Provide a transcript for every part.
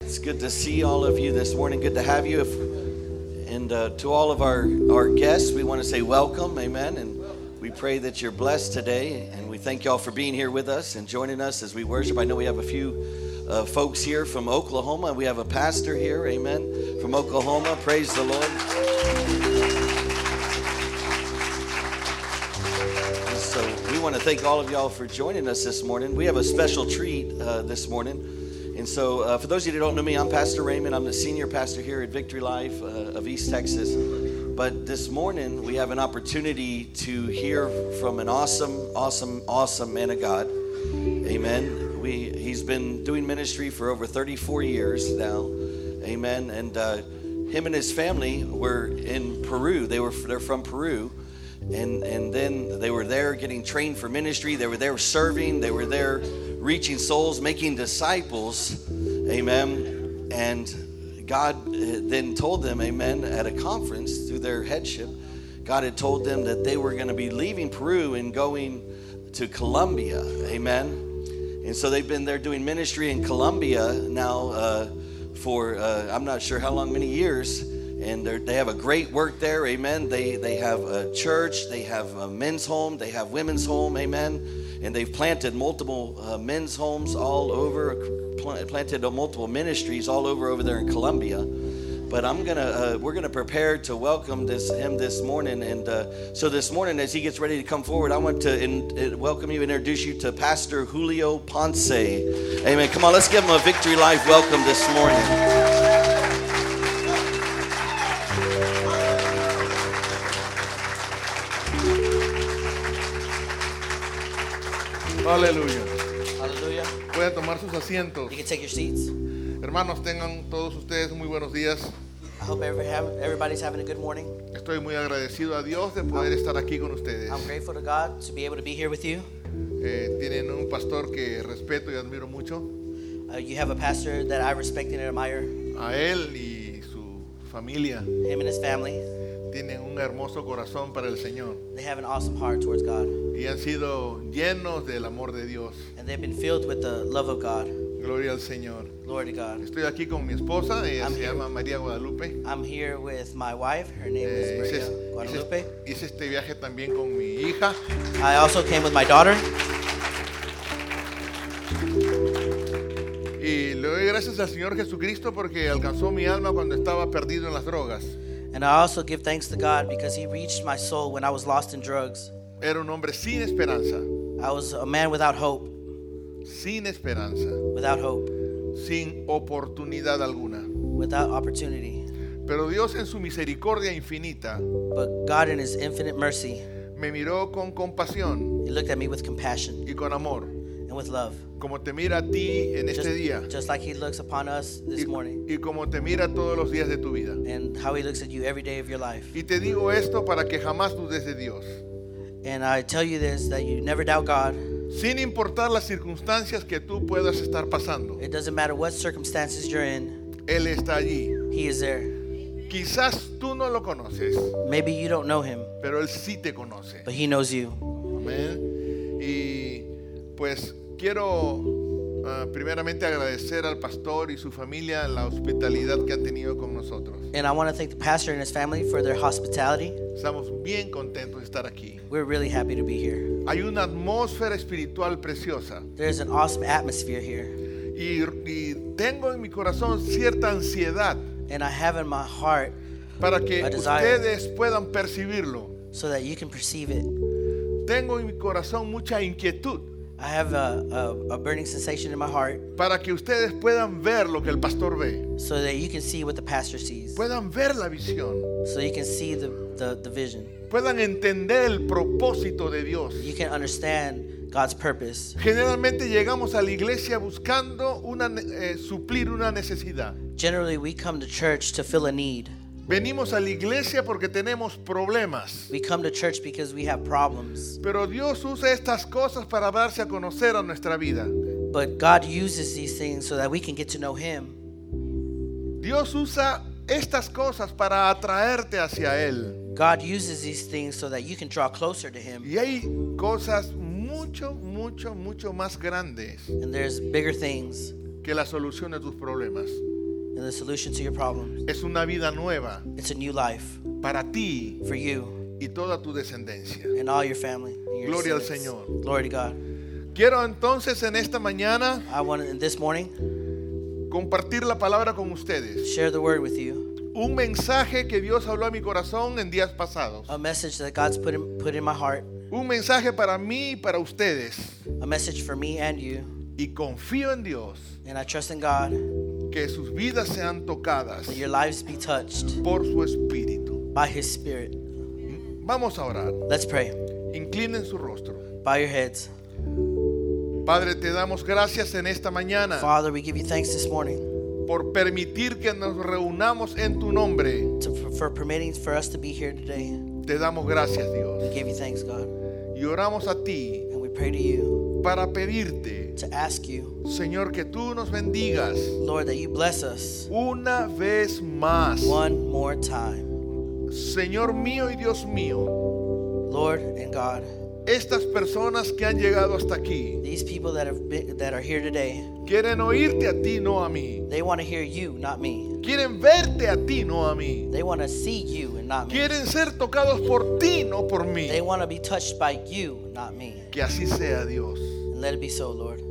It's good to see all of you this morning. Good to have you. If, and uh, to all of our, our guests, we want to say welcome. Amen. And we pray that you're blessed today. And we thank y'all for being here with us and joining us as we worship. I know we have a few uh, folks here from Oklahoma. We have a pastor here. Amen. From Oklahoma. Praise the Lord. And so we want to thank all of y'all for joining us this morning. We have a special treat uh, this morning. And so, uh, for those of you that don't know me, I'm Pastor Raymond. I'm the senior pastor here at Victory Life uh, of East Texas. But this morning, we have an opportunity to hear from an awesome, awesome, awesome man of God. Amen. We, he's been doing ministry for over 34 years now. Amen. And uh, him and his family were in Peru. They were they're from Peru, and and then they were there getting trained for ministry. They were there serving. They were there reaching souls, making disciples. Amen. And God eh, then told them, Amen, at a conference through their headship, God had told them that they were going to be leaving Peru and going to Colombia. Amen. And so they've been there doing ministry in Colombia now uh, for uh, I'm not sure how long, many years. And they have a great work there, amen. They, they have a church, they have a men's home, they have women's home, amen and they've planted multiple uh, men's homes all over, pl- planted multiple ministries all over over there in Colombia. But I'm gonna, uh, we're gonna prepare to welcome this him this morning, and uh, so this morning as he gets ready to come forward, I want to in- uh, welcome you, introduce you to Pastor Julio Ponce. Amen. Come on, let's give him a victory life welcome this morning. Aleluya. Hallelujah. Pueden tomar sus asientos. You can take your seats. Hermanos, tengan todos ustedes muy buenos días. I hope every- have- everybody's having a good morning. Estoy muy agradecido a Dios de poder estar aquí con ustedes. I'm grateful to God to be able to be here with you. Eh, tienen un pastor que respeto y admiro mucho. Uh, you have a pastor that I respect and admire, him A él y su familia and his family. tienen un hermoso corazón para el Señor They have an awesome heart towards God, y han sido llenos del amor de Dios. and they've been filled with the love of God. Gloria al Señor. Glory to God. Estoy aquí con mi esposa, ella I'm se here. llama María Guadalupe. I'm here with my wife. Her name Eh, is hice- Maria Guadalupe. hice- hice este viaje también con mi hija. I also came with my daughter. Y le doy gracias al Señor Jesucristo porque alcanzó mi alma cuando estaba perdido en las drogas. And I also give thanks to God because He reached my soul when I was lost in drugs. Era un hombre sin esperanza, I was a man without hope, sin esperanza, without hope, sin oportunidad alguna. without opportunity. Pero Dios en su misericordia infinita But God, in His infinite mercy, me miró con compasión He looked at me with compassion y con amor, and with love. como te mira a ti en Just, este día just like He looks upon us this morning y, y como te mira todos los días de tu vida. and how He looks at you every day of your life. Y te digo esto para que jamás dudes de Dios. And I tell you this that you never doubt God. Sin importar las circunstancias que tú puedas estar pasando, It doesn't matter what circumstances you're in, Él está allí. He is there. Quizás tú no lo conoces, Maybe you don't know Him, pero Él sí te conoce. but He knows you. Amén. Y pues quiero ah, primeramente agradecer al pastor y su familia la hospitalidad que han tenido con nosotros. And I want to thank the pastor and his family for their hospitality. Estamos bien contentos de estar aquí. We're really happy to be here. Hay una atmósfera espiritual preciosa There's an awesome atmosphere here. y, y tengo en mi corazón cierta ansiedad And I have in my heart para que I desire. ustedes puedan percibirlo. so that you can perceive it. Tengo en mi corazón mucha inquietud I have a, a, a burning sensation in my heart para que ustedes puedan ver lo que el pastor ve, so that you can see what the pastor sees. puedan ver la visión. so you can see the, the, the vision. puedan entender el propósito de Dios. You can understand God's purpose. Generalmente llegamos a la iglesia buscando una, ne- eh, suplir una necesidad. Generally, we come to church to fill a need. Venimos a la iglesia porque tenemos problemas. We come to church because we have problems. Pero Dios usa estas cosas para darse a conocer a nuestra vida. But God uses these things so that we can get to know Him. Dios usa estas cosas para atraerte hacia Él. God uses these things so that you can draw closer to Him. Y hay cosas mucho, mucho, mucho más grandes And there's bigger things que la solución de tus problemas. and the solution to your problems. Es una vida nueva It's a new life para ti for you y toda tu descendencia. and all your family. and your Gloria al descendants. Señor. Glory to God. Quiero entonces en esta mañana I want to, this morning, compartir la palabra con ustedes. share the word with you. Un mensaje que Dios habló a mi corazón en días pasados. A message that God's put in, put in my heart. Un mensaje para mí y para ustedes. A message for me and you. Y confío en Dios And I trust in God que sus vidas sean tocadas that your lives be touched por su espíritu. by His Spirit. Vamos a orar. Let's pray. Inclinen su rostro. Bow your heads. Padre, te damos gracias en esta mañana Father, we give you thanks this morning por permitir que nos reunamos en tu nombre. to, for permitting for us to be here today. Te damos gracias, We Dios. give you thanks, God. Y oramos a ti And we pray to you para pedirte, to ask you, Señor, que tú nos bendigas Lord, that you bless us una vez más. one more time. Señor mío y Dios mío, Lord and God, estas personas que han llegado hasta aquí these people that have been, that are here today, quieren oírte a ti, no a mí. they want to hear you, not me. Quieren verte a ti, no a mí. They want to see you and not me. Quieren ser tocados por ti, no por mí. They want to be touched by you, not me. Que así sea, Dios. And let it be so, Lord.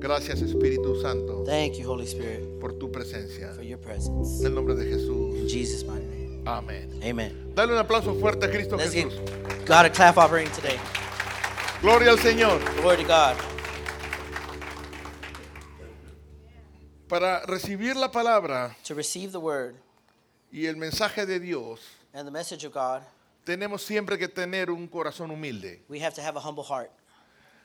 Gracias, Espíritu Santo, Thank you, Holy Spirit, por tu presencia. for your presence. En el nombre de Jesús. In Jesus' mighty name. Amén. Amen. Dale un aplauso fuerte a Cristo Let's get Jesús. God a clap offering today. Gloria al Señor. Glory to God. Para recibir la palabra To receive the word y el mensaje de Dios, and the message of God, tenemos siempre que tener un corazón humilde. we have to have a humble heart.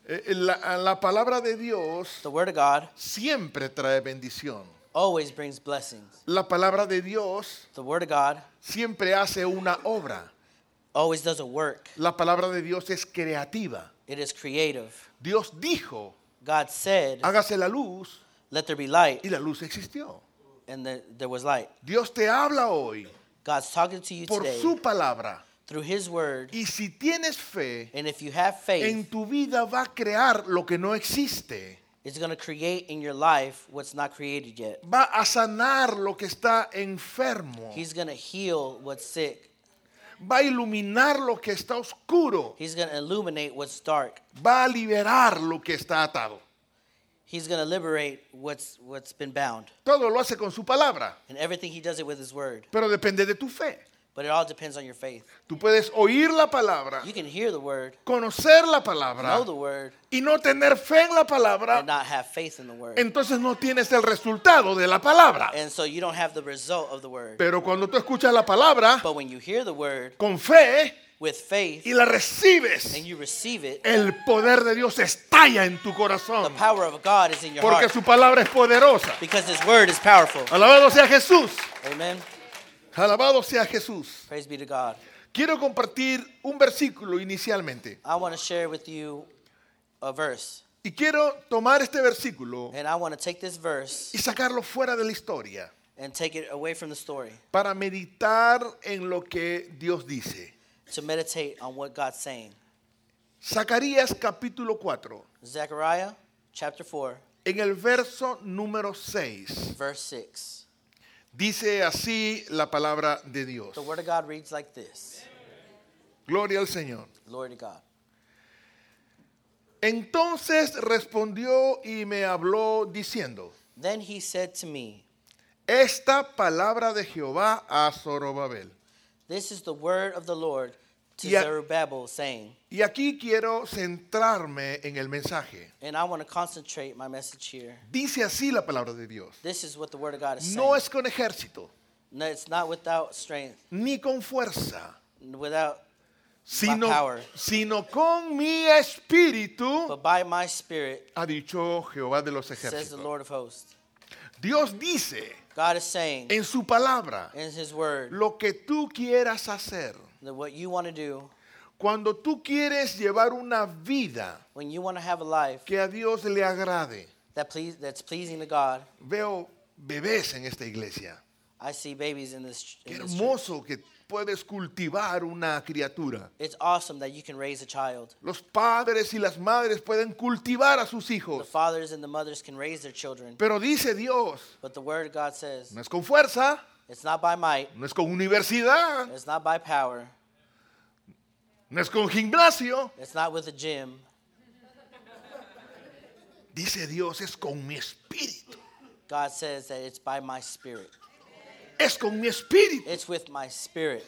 Eh, eh, La, la palabra de Dios The word of God siempre trae bendición. always brings blessings. La palabra de Dios The Word of God siempre hace una obra. always does a work, La palabra de Dios es creativa. it is creative. Dios dijo, God said, hágase la luz Let there be light, y la luz existió. and the, there was light. Dios te habla hoy God's talking to you por today su palabra. through His Word, Y si tienes fe, and if you have en faith, tu vida va a crear lo que no existe. it's going to create in your life what's not created yet. Va a sanar lo que está enfermo. He's going to heal what's sick, Va a iluminar lo que está oscuro. He's going to illuminate what's dark, Va a liberar lo que está atado. He's going to liberate what's, what's been bound. Todo lo hace con su palabra, And everything He does it with His Word, pero depende de tu fe. but it all depends on your faith. Tú puedes oír la palabra, You can hear the Word, conocer la palabra know the Word, y no tener fe en la and palabra, not have faith in the Word. entonces no tienes el resultado de la palabra. And so you don't have the result of the word. Pero cuando tú escuchas la palabra But when you hear the word con fe with y faith la and recibes, you receive it, el poder de Dios estalla en tu the corazón, power of God is in your porque heart su palabra es poderosa. because his word is powerful. Alabado sea Jesús. Amen. Alabado sea Jesús. Praise be to God. Quiero compartir un versículo inicialmente. I want to share with you a verse. Y quiero tomar este versículo And I want to take this verse y sacarlo fuera de la historia and take it away from the story para meditar en lo que Dios dice. to meditate on what God's saying. Zacarías capítulo 4, Zechariah chapter 4, en el verso número 6, verse 6. dice así la palabra de Dios. The word of God reads like this Gloria al Señor. Glory to God. Entonces respondió y me habló diciendo, Then he said to me, esta palabra de Jehová a Zorobabel. This is the word of the Lord to Yeah. Zerubbabel, saying, Y aquí quiero centrarme en el mensaje. and I want to concentrate my message here. Dice así la palabra de Dios. This is what the word of God is No saying. es con ejército, No, it's not without strength, ni con fuerza, without, sino, power. sino con mi espíritu, but by my spirit, ha dicho Jehová de los says the ejércitos. Lord of hosts. Dios dice God is saying en su palabra in His word lo que tú quieras hacer. that what you want to do, Cuando tú quieres llevar una vida when you want to have a life que a Dios le agrade. that please, that's pleasing to God, Veo bebés en esta iglesia. I see babies in this. Qué In this church. hermoso que puedes cultivar una criatura. It's awesome that you can raise a child. Los padres y las madres pueden cultivar a sus The hijos. fathers and the mothers can raise their children, Pero dice Dios, but the word of God says no es con fuerza, it's not by might, no es con universidad, it's not by power, no es con gimnasio. it's not with a gym. Dice Dios, es con mi espíritu. God says that it's by my spirit. Es con mi espíritu. It's with my spirit.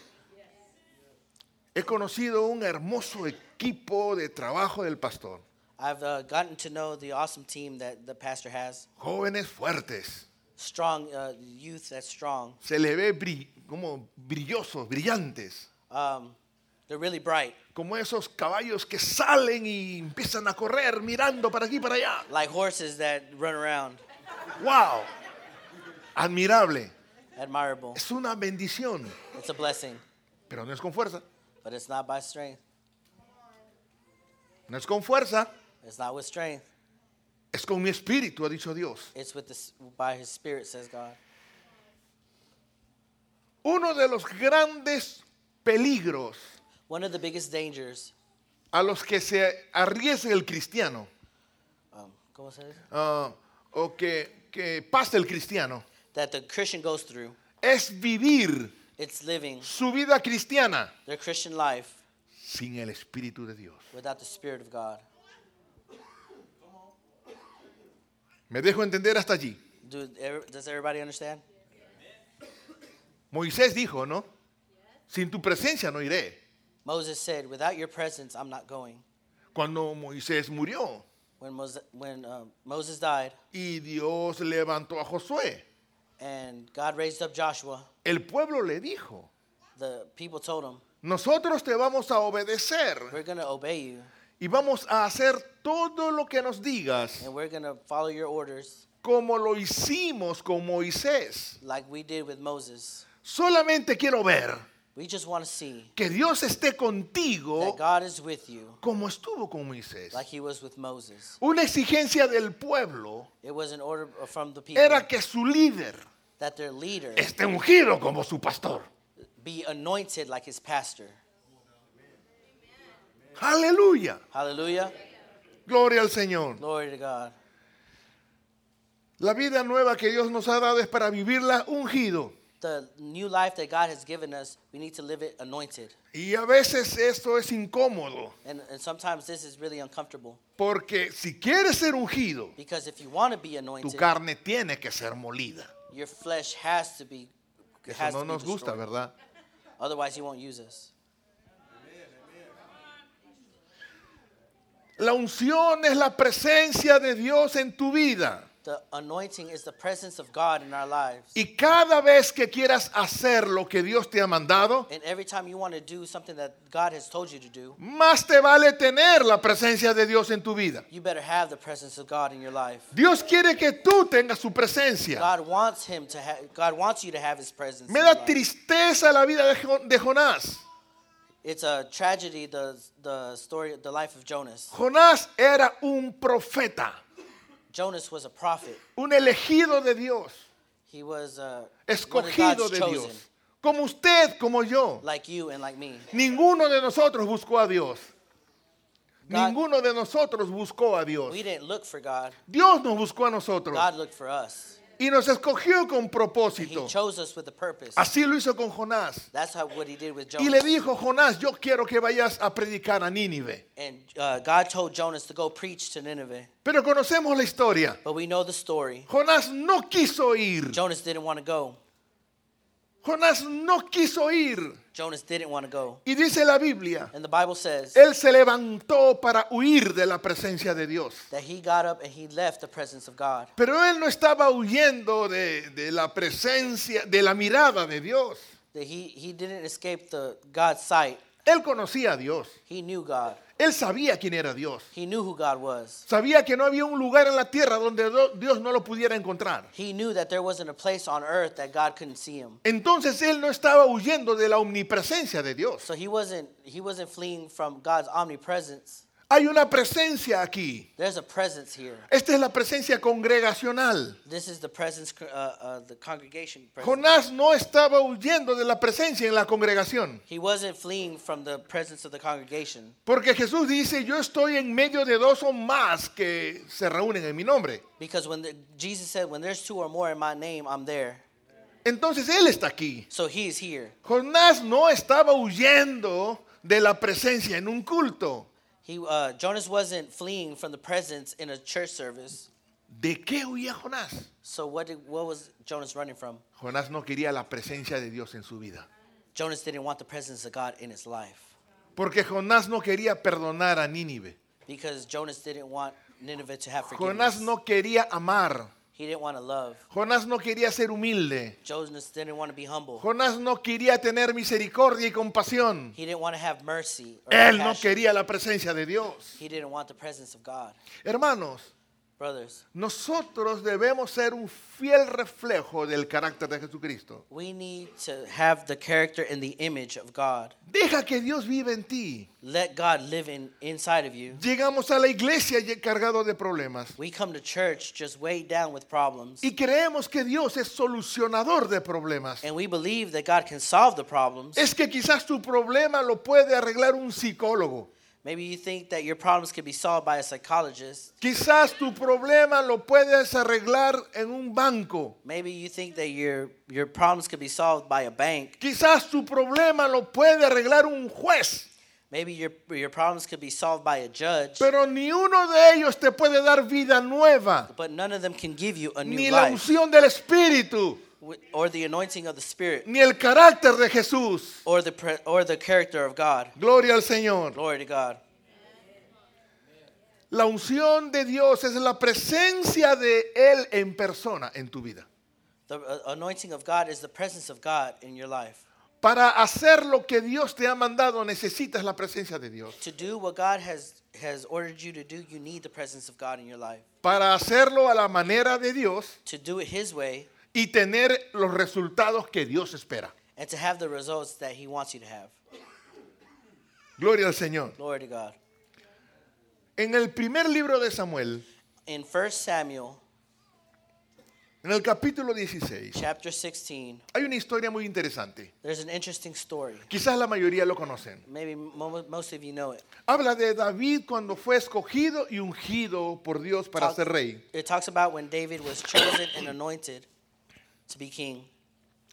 He conocido un hermoso equipo de trabajo del pastor. I've uh, gotten to know the awesome team that the pastor has. Jóvenes fuertes. Strong uh, youth that's strong. Se le ve bri- como brillosos, brillantes. Um, they're really bright, Como esos caballos que salen y empiezan a correr mirando para aquí y para allá. like horses that run around. ¡Wow! Admirable. Admirable. Es una bendición, It's a blessing, pero no es con fuerza. but it's not by strength. No es con fuerza, It's not with strength. es con mi espíritu, ha dicho Dios. It's with the, s- by His Spirit, says God. Uno de los grandes peligros One of the biggest dangers. a los que se arriesga el cristiano Um, ¿cómo se dice? ah, o que, que pasa el cristiano That the Christian goes through. es vivir It's living su vida cristiana their Christian life sin el espíritu de Dios. without the Spirit of God. Me dejo entender hasta allí. Do, ev- does everybody understand? Moisés dijo, ¿no? Sin tu presencia no iré. Moses said, "Without your presence, I'm not going." Cuando Moisés murió When Moses, when uh, Moses died, y Dios levantó a Josué, and God raised up Joshua, el pueblo le dijo, the people told him, nosotros te vamos a obedecer "We're going to obey you, y vamos a hacer todo lo que nos digas, and we're going to follow your orders, como lo hicimos con Moisés. like we did with Moses. Solamente quiero ver We just want to see que Dios esté contigo that God is with you, como estuvo con Moisés. like He was with Moses." Una exigencia del pueblo It was an order from the people era que su líder that their leader esté ungido como su pastor. be anointed like his pastor. Aleluya. Hallelujah. Gloria al Señor. Glory to God. La vida nueva que Dios nos ha dado es para vivirla ungido. The new life that God has given us, we need to live it anointed. Y a veces esto es incómodo, And, and sometimes this is really uncomfortable porque si quieres ser ungido, because if you want to be tu anointed, carne tiene que ser molida. your flesh has to be Que eso has no to be nos gusta, destroyed. ¿verdad? Otherwise, he won't use us. La unción es la presencia de Dios en tu vida. The anointing is the presence of God in our lives. Y cada vez que quieras hacer lo que Dios te ha mandado, And every time you want to do something that God has told you to do, más te vale tener la presencia de Dios en tu vida. you better have the presence of God in your life. Dios quiere que tú tengas su presencia. God wants him to ha- God wants you to have his presence. Me in your da life. tristeza la vida de Jo- de Jonás. It's a tragedy the the story the life of Jonas. Jonás era un profeta, Jonas was a prophet. un elegido de Dios, He was uh, one of escogido God's de chosen, Dios, como usted, como yo. like you and like me. Ninguno de nosotros buscó a Dios. God- Ninguno de nosotros buscó a Dios. We didn't look for God. Dios nos buscó a nosotros God looked for us. y nos escogió con He propósito. chose us with a purpose. Así lo hizo con Jonás. That's how what he did with Y le Jonas. dijo, Jonás, yo quiero que vayas a predicar a Nínive. And uh, God told Jonas to go preach to Nineveh. Pero conocemos la historia. But we know the story. Jonás no quiso ir. Jonas didn't want to go. Jonás no quiso ir. Jonas didn't want to go. Y dice la Biblia, And the Bible says Él se levantó para huir de la presencia de Dios. that he got up and he left the presence of God. Pero él no estaba huyendo de, de la presencia, de la mirada de Dios. That he, he didn't escape the God's sight. Él conocía a Dios. He knew God. Él sabía quién era Dios. He knew who God was. Sabía que no había un lugar en la tierra donde do- Dios no lo pudiera encontrar. He knew that there wasn't a place on earth that God couldn't see him. Entonces él no estaba huyendo de la omnipresencia de Dios. So he wasn't he wasn't fleeing from God's omnipresence. Hay una presencia aquí. There's a presence here. Esta es la presencia congregacional. This is the presence, uh, uh, the congregation presence. Jonás no estaba huyendo de la presencia en la congregación. He wasn't fleeing from the presence of the congregation Porque Jesús dice, yo estoy en medio de dos o más que se reúnen en mi nombre. because when the, Jesus said, "When there's two or more in my name, I'm there." Entonces Él está aquí. So he's here. Jonás no estaba huyendo de la presencia en un culto. He uh, Jonas wasn't fleeing from the presence in a church service. ¿De qué huía Jonás? So what did, what was Jonas running from? Jonás no quería la presencia de Dios en su vida. Jonas didn't want the presence of God in his life Porque Jonás no quería perdonar a Nínive. because Jonas didn't want Nineveh to have forgiveness. Jonás no quería amar. He didn't want to love. Jonás no quería ser humilde. Jonas didn't want to be humble. Jonás no quería tener misericordia y compasión. He didn't want to have mercy. Or Él no compassion. quería la presencia de Dios. He didn't want the presence of God. Hermanos, Brothers, nosotros debemos ser un fiel reflejo del carácter de Jesucristo. we need to have the character and the image of God. Deja que Dios viva en ti. Let God live in, inside of you. Llegamos a la iglesia y- cargados de problemas We come to church just weighed down with problems. y creemos que Dios es solucionador de problemas. And we believe that God can solve the problems. Es que quizás tu problema lo puede arreglar un psicólogo. Maybe you think that your problems can be solved by a psychologist. Quizás tu problema lo puedes arreglar en un banco. Maybe you think that your, your problems can be solved by a bank. Quizás tu problema lo puede arreglar un juez. Maybe your, your problems could be solved by a judge. Pero ni uno de ellos te puede dar vida nueva, But none of them can give you a ni new la life unción del Espíritu, wi- or the anointing of the Spirit ni el carácter de Jesús. or the, pre- or the character of God. Gloria al Señor. Glory to God. La unción de Dios es la presencia de Él en persona en tu vida. The uh, anointing of God is the presence of God in your life. Para hacer lo que Dios te ha mandado necesitas la presencia de Dios. To do what God has, has ordered you to do, you need the presence of God in your life. Para hacerlo a la manera de Dios To do it His way y tener los resultados que Dios espera. and to have the results that He wants you to have. Gloria al Señor. Glory to God. En el primer libro de Samuel, In 1 Samuel en el capítulo 16, chapter 16, hay una historia muy interesante. there's an interesting story. Quizás la mayoría lo conocen. Maybe mo- most of you know it. Habla de David cuando fue escogido y ungido por Dios para Talk- ser rey. It talks about when David was chosen and anointed to be king.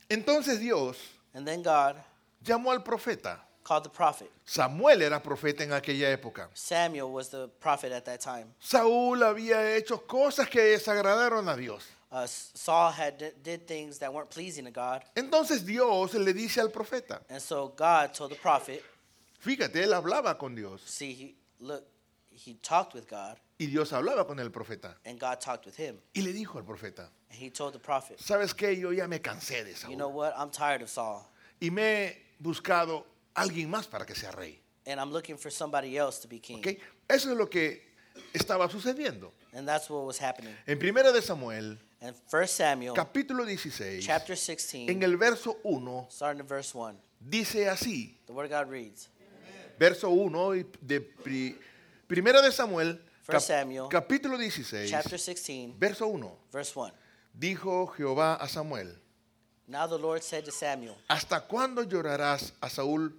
Entonces Dios And then God llamó al profeta. called the prophet. Samuel era profeta en aquella época. Samuel was the prophet at that time. Saúl había hecho cosas que desagradaron a Dios. Uh, Saul had did things that weren't pleasing to God. Entonces Dios le dice al profeta, And so God told the prophet, fíjate, él hablaba con Dios see, he, look, he talked with God y Dios hablaba con el profeta. and God talked with him. Y le dijo al profeta, And he told the prophet, ¿sabes qué? Yo ya me cansé de you Saúl know what? I'm tired of Saul. y me he buscado alguien más para que sea rey. And I'm looking for somebody else to be king. ¿Ok? Eso es lo que estaba sucediendo. And that's what was happening. En primera de Samuel, And 1 Samuel capítulo 16, chapter en 16, el verso 1, starting at verse 1, dice así, the word of God reads, verso 1 y de pri- primera de Samuel, First Samuel, capítulo 16, chapter 16, verso 1, verse 1. dijo Jehová a Samuel, Now the Lord said to Samuel, ¿hasta cuándo llorarás a Saúl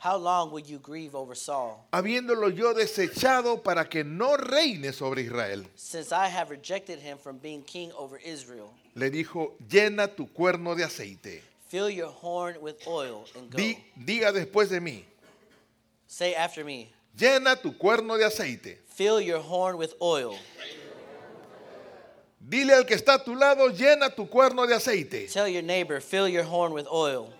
How long will you grieve over Saul, habiéndolo yo desechado para que no reine sobre Israel? since I have rejected him from being king over Israel? Le dijo, llena tu cuerno de aceite. Fill your horn with oil and go. Di- diga después de mí, Say after me, llena tu cuerno de aceite. Fill your horn with oil. Dile al que está a tu lado, llena tu cuerno de aceite. Tell your neighbor, Fill your horn with oil.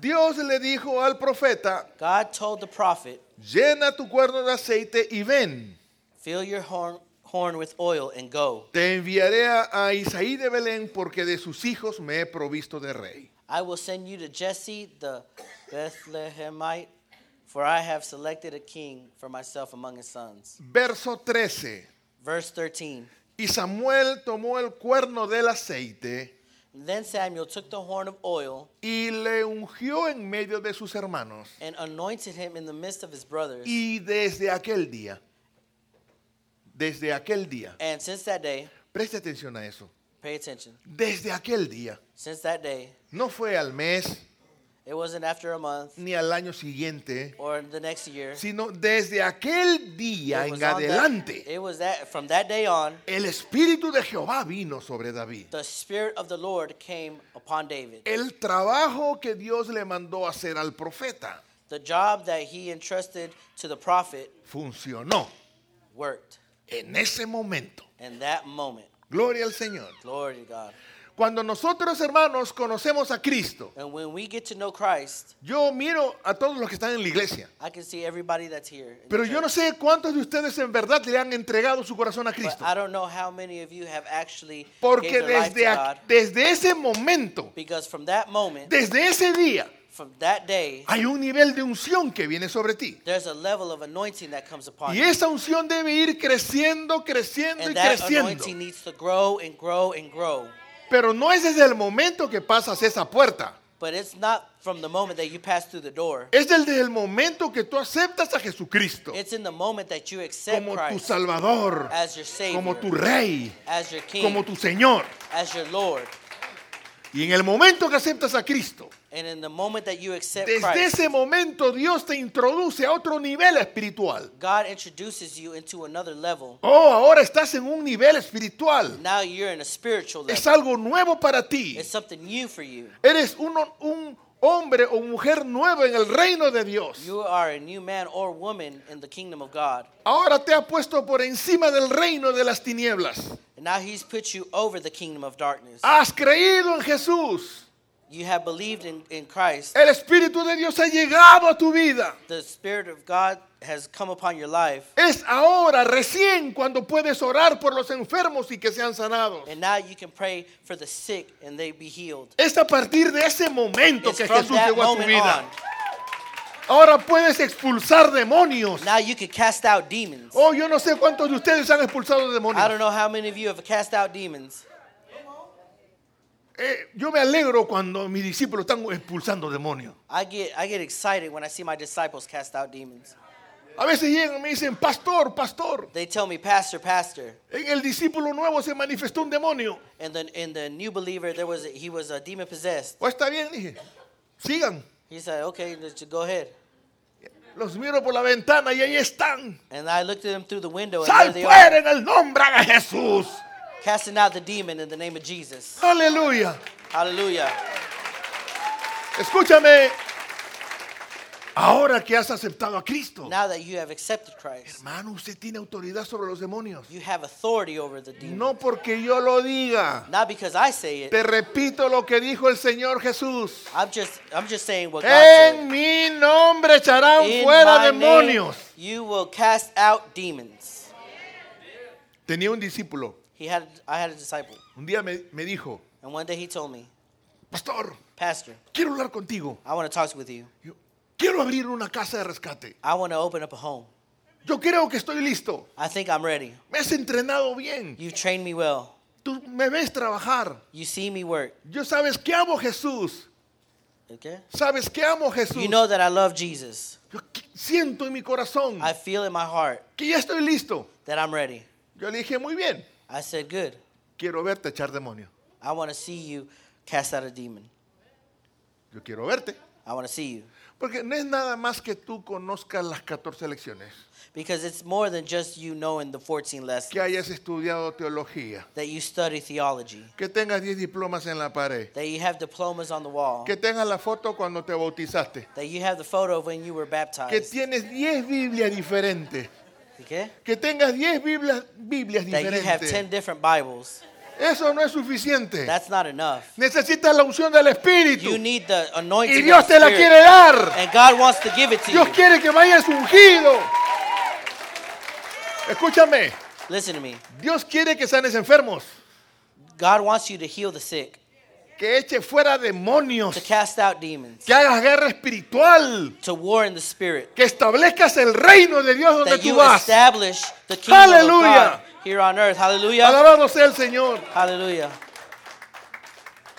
Dios le dijo al profeta, God told the prophet, llena tu cuerno de aceite y ven. Fill your horn, horn with oil and go. Te enviaré a, a Isaí de Belén porque de sus hijos me he provisto de rey. I will send you to Jesse the Bethlehemite, for I have selected a king for myself among his sons. Verso 13. Verse 13. Y Samuel tomó el cuerno del aceite Then Samuel took the horn of oil y le ungió en medio de sus hermanos. and anointed him in the midst of his brothers. Y desde aquel día, desde aquel día, And since that day, preste atención a eso, pay attention, desde aquel día, since that day, no fue al mes it wasn't after a month ni al año siguiente, or the next year. sino desde aquel día It en was on that- adelante, it was that from that day on, el Espíritu de Jehová vino sobre David. the Spirit of the Lord came upon David. El trabajo que Dios le mandó hacer al profeta The job that he entrusted to the prophet funcionó worked en ese momento. in that moment. Gloria al Señor. Glory to God. Cuando nosotros hermanos conocemos a Cristo, And when we get to know Christ, yo miro a todos los que están en la iglesia. I can see everybody that's here. in the Pero yo no church. sé cuántos de ustedes en verdad le han entregado su corazón a But Cristo. I don't know how many of you have actually Porque gave their life to desde, God. ac- desde ese momento, Because from that moment, desde ese día, from that day, hay un nivel de unción que viene sobre ti. there's a level of anointing that comes upon Y you. esa unción debe ir creciendo, creciendo y And that creciendo. anointing needs to grow and grow and grow. Pero no es desde el momento que pasas esa puerta. But it's not from the moment that you pass through the door. Es desde el momento que tú aceptas a Jesucristo It's in the moment that you accept como tu Christ Salvador, as your Savior, como tu Rey, as your King, como tu Señor. as your Lord. Y en el momento que aceptas a Cristo, And in the moment that you accept desde Christ, ese momento Dios te introduce a otro nivel espiritual. God introduces you into another level. Oh, ahora estás en un nivel espiritual. Now you're in a spiritual level. Es algo nuevo para ti. It's something new for you. Eres un, un hombre o mujer nueva en el reino de Dios. You are a new man or woman in the kingdom of God. Ahora te ha puesto por encima del reino de las tinieblas. And now he's put you over the kingdom of darkness. Has creído en Jesús. You have believed in, in Christ. El Espíritu de Dios ha llegado a tu vida. The Spirit of God has come upon your life. Es ahora, recién, cuando puedes orar por los enfermos y que sean sanados. And now you can pray for the sick and they be healed. Es a partir de ese momento It's que from Jesús that llegó a tu moment vida. on. Ahora puedes expulsar demonios. Now you can cast out demons. Oh, yo no sé cuántos de ustedes han expulsado I don't demonios. know how many of you have cast out demons. Eh, yo me alegro cuando mis discípulos están expulsando demonios. I get I get excited when I see my disciples cast out demons. A veces llegan y me dicen, pastor, pastor. They tell me, Pastor, Pastor. En el discípulo nuevo se manifestó un demonio. And then in the new believer, there was a, he was a demon possessed. Pues está bien, dije. Sigan. He said, Okay, let's go ahead. Los miro por la ventana y ahí están. And I looked at them through the window and Sal there they are, fuera en el nombre de Jesús. casting out the demon in the name of Jesus. Aleluya. Hallelujah. Escúchame. Ahora que has aceptado a Cristo, Now that you have accepted Christ, hermano, usted tiene autoridad sobre los demonios. you have authority over the demon. No porque yo lo diga. Not because I say it. Te repito lo que dijo el Señor Jesús. I'm just I'm just saying what God En said. mi nombre echarán In Eh, fuera my name, demonios. you will cast out demons. Tenía un discípulo. He had I had a disciple, Un día me, me dijo, and one day he told me, pastor, Pastor, quiero hablar contigo. I want to talk with you. Yo, quiero abrir una casa de rescate. I want to open up a home. Yo creo que estoy listo. I think I'm ready. Me has entrenado bien. You've trained me well. Tú me ves trabajar. You see me work. Yo sabes que amo a Jesús. Okay? Sabes que amo a Jesús. You know that I love Jesus. Yo qui- siento en mi corazón I feel in my heart que ya estoy listo. that I'm ready. Yo le dije, muy bien, I said, Good. quiero verte echar demonio. I want to see you cast out a demon. Yo quiero verte. I want to see you. Porque no es nada más que tú conozcas las 14 lecciones, Because it's more than just you knowing the 14 que lessons, hayas estudiado teología, that you study theology, que tengas 10 diplomas en la pared, that you have diplomas on the wall, que tengas la foto cuando te bautizaste, that you have the photo of when you were que baptized. tienes 10 Biblias diferentes, Okay? que tengas 10 Biblias, Biblias That you have 10 diferentes. different Bibles. Eso no es suficiente. That's not enough. Necesitas la unción del Espíritu. You need the anointing. Y of Dios the te la Spirit. quiere dar. And God wants to give it to Dios you. quiere que vayas ungido. Escúchame, Listen to me. Dios quiere que sanes enfermos, God wants you to heal the sick, que eche fuera to demonios, cast out demons, que hagas guerra espiritual, to war in the spirit, que establezcas el reino de Dios donde that tú you vas. establish the kingdom of Hallelujah. God here on earth. Hallelujah. Alabado sea el Señor. Hallelujah.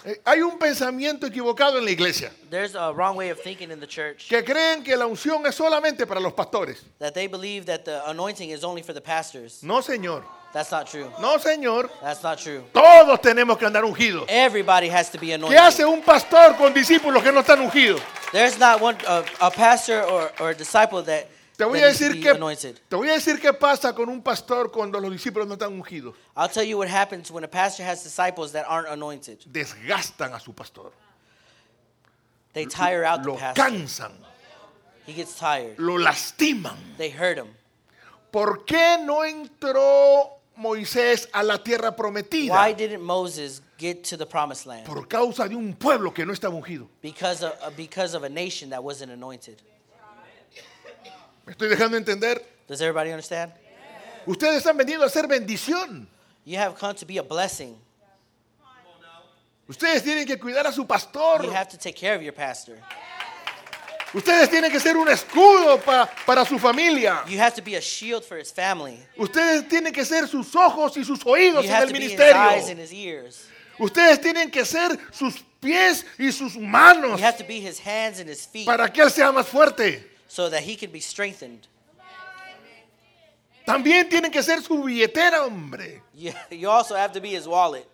Eh, Hay un pensamiento equivocado en la iglesia, There's a wrong way of thinking in the church que creen que la unción es solamente para los pastores. that they believe that the anointing is only for the pastors. No, señor. That's not true. No, señor. That's not true. Todos tenemos que andar ungidos. Everybody has to be ¿Qué anointed. hace un pastor con discípulos que no están ungidos? There's not one a, a pastor or, or a disciple that, Te voy, that a needs to decir be qué, anointed. te voy a decir qué pasa con un pastor cuando los discípulos no están ungidos. I'll tell you what happens when a pastor has disciples that aren't anointed. Desgastan a su pastor. They tire out the Lo pastor. cansan. He gets tired. Lo lastiman. They hurt him. ¿Por qué no entró Moisés a la tierra prometida? Why didn't Moses get to the promised land? Por causa de un pueblo que no estaba ungido. Because of uh, because of a nation that wasn't anointed. ¿Me estoy dejando entender? Does everybody understand? Ustedes han venido a hacer bendición. You have come to be a blessing. Ustedes tienen que cuidar a su pastor. You have to take care of your pastor. Ustedes tienen que ser un escudo para, para su familia. You have to be a shield for his family. Ustedes tienen que ser sus ojos y sus oídos You en have el to be his eyes and ministerio. his ears. Ustedes tienen que ser sus pies y sus You manos have to be his hands and his feet para que Él sea más fuerte. so that he can be strengthened. También tienen que ser su billetera, hombre. You, you also have to be his wallet.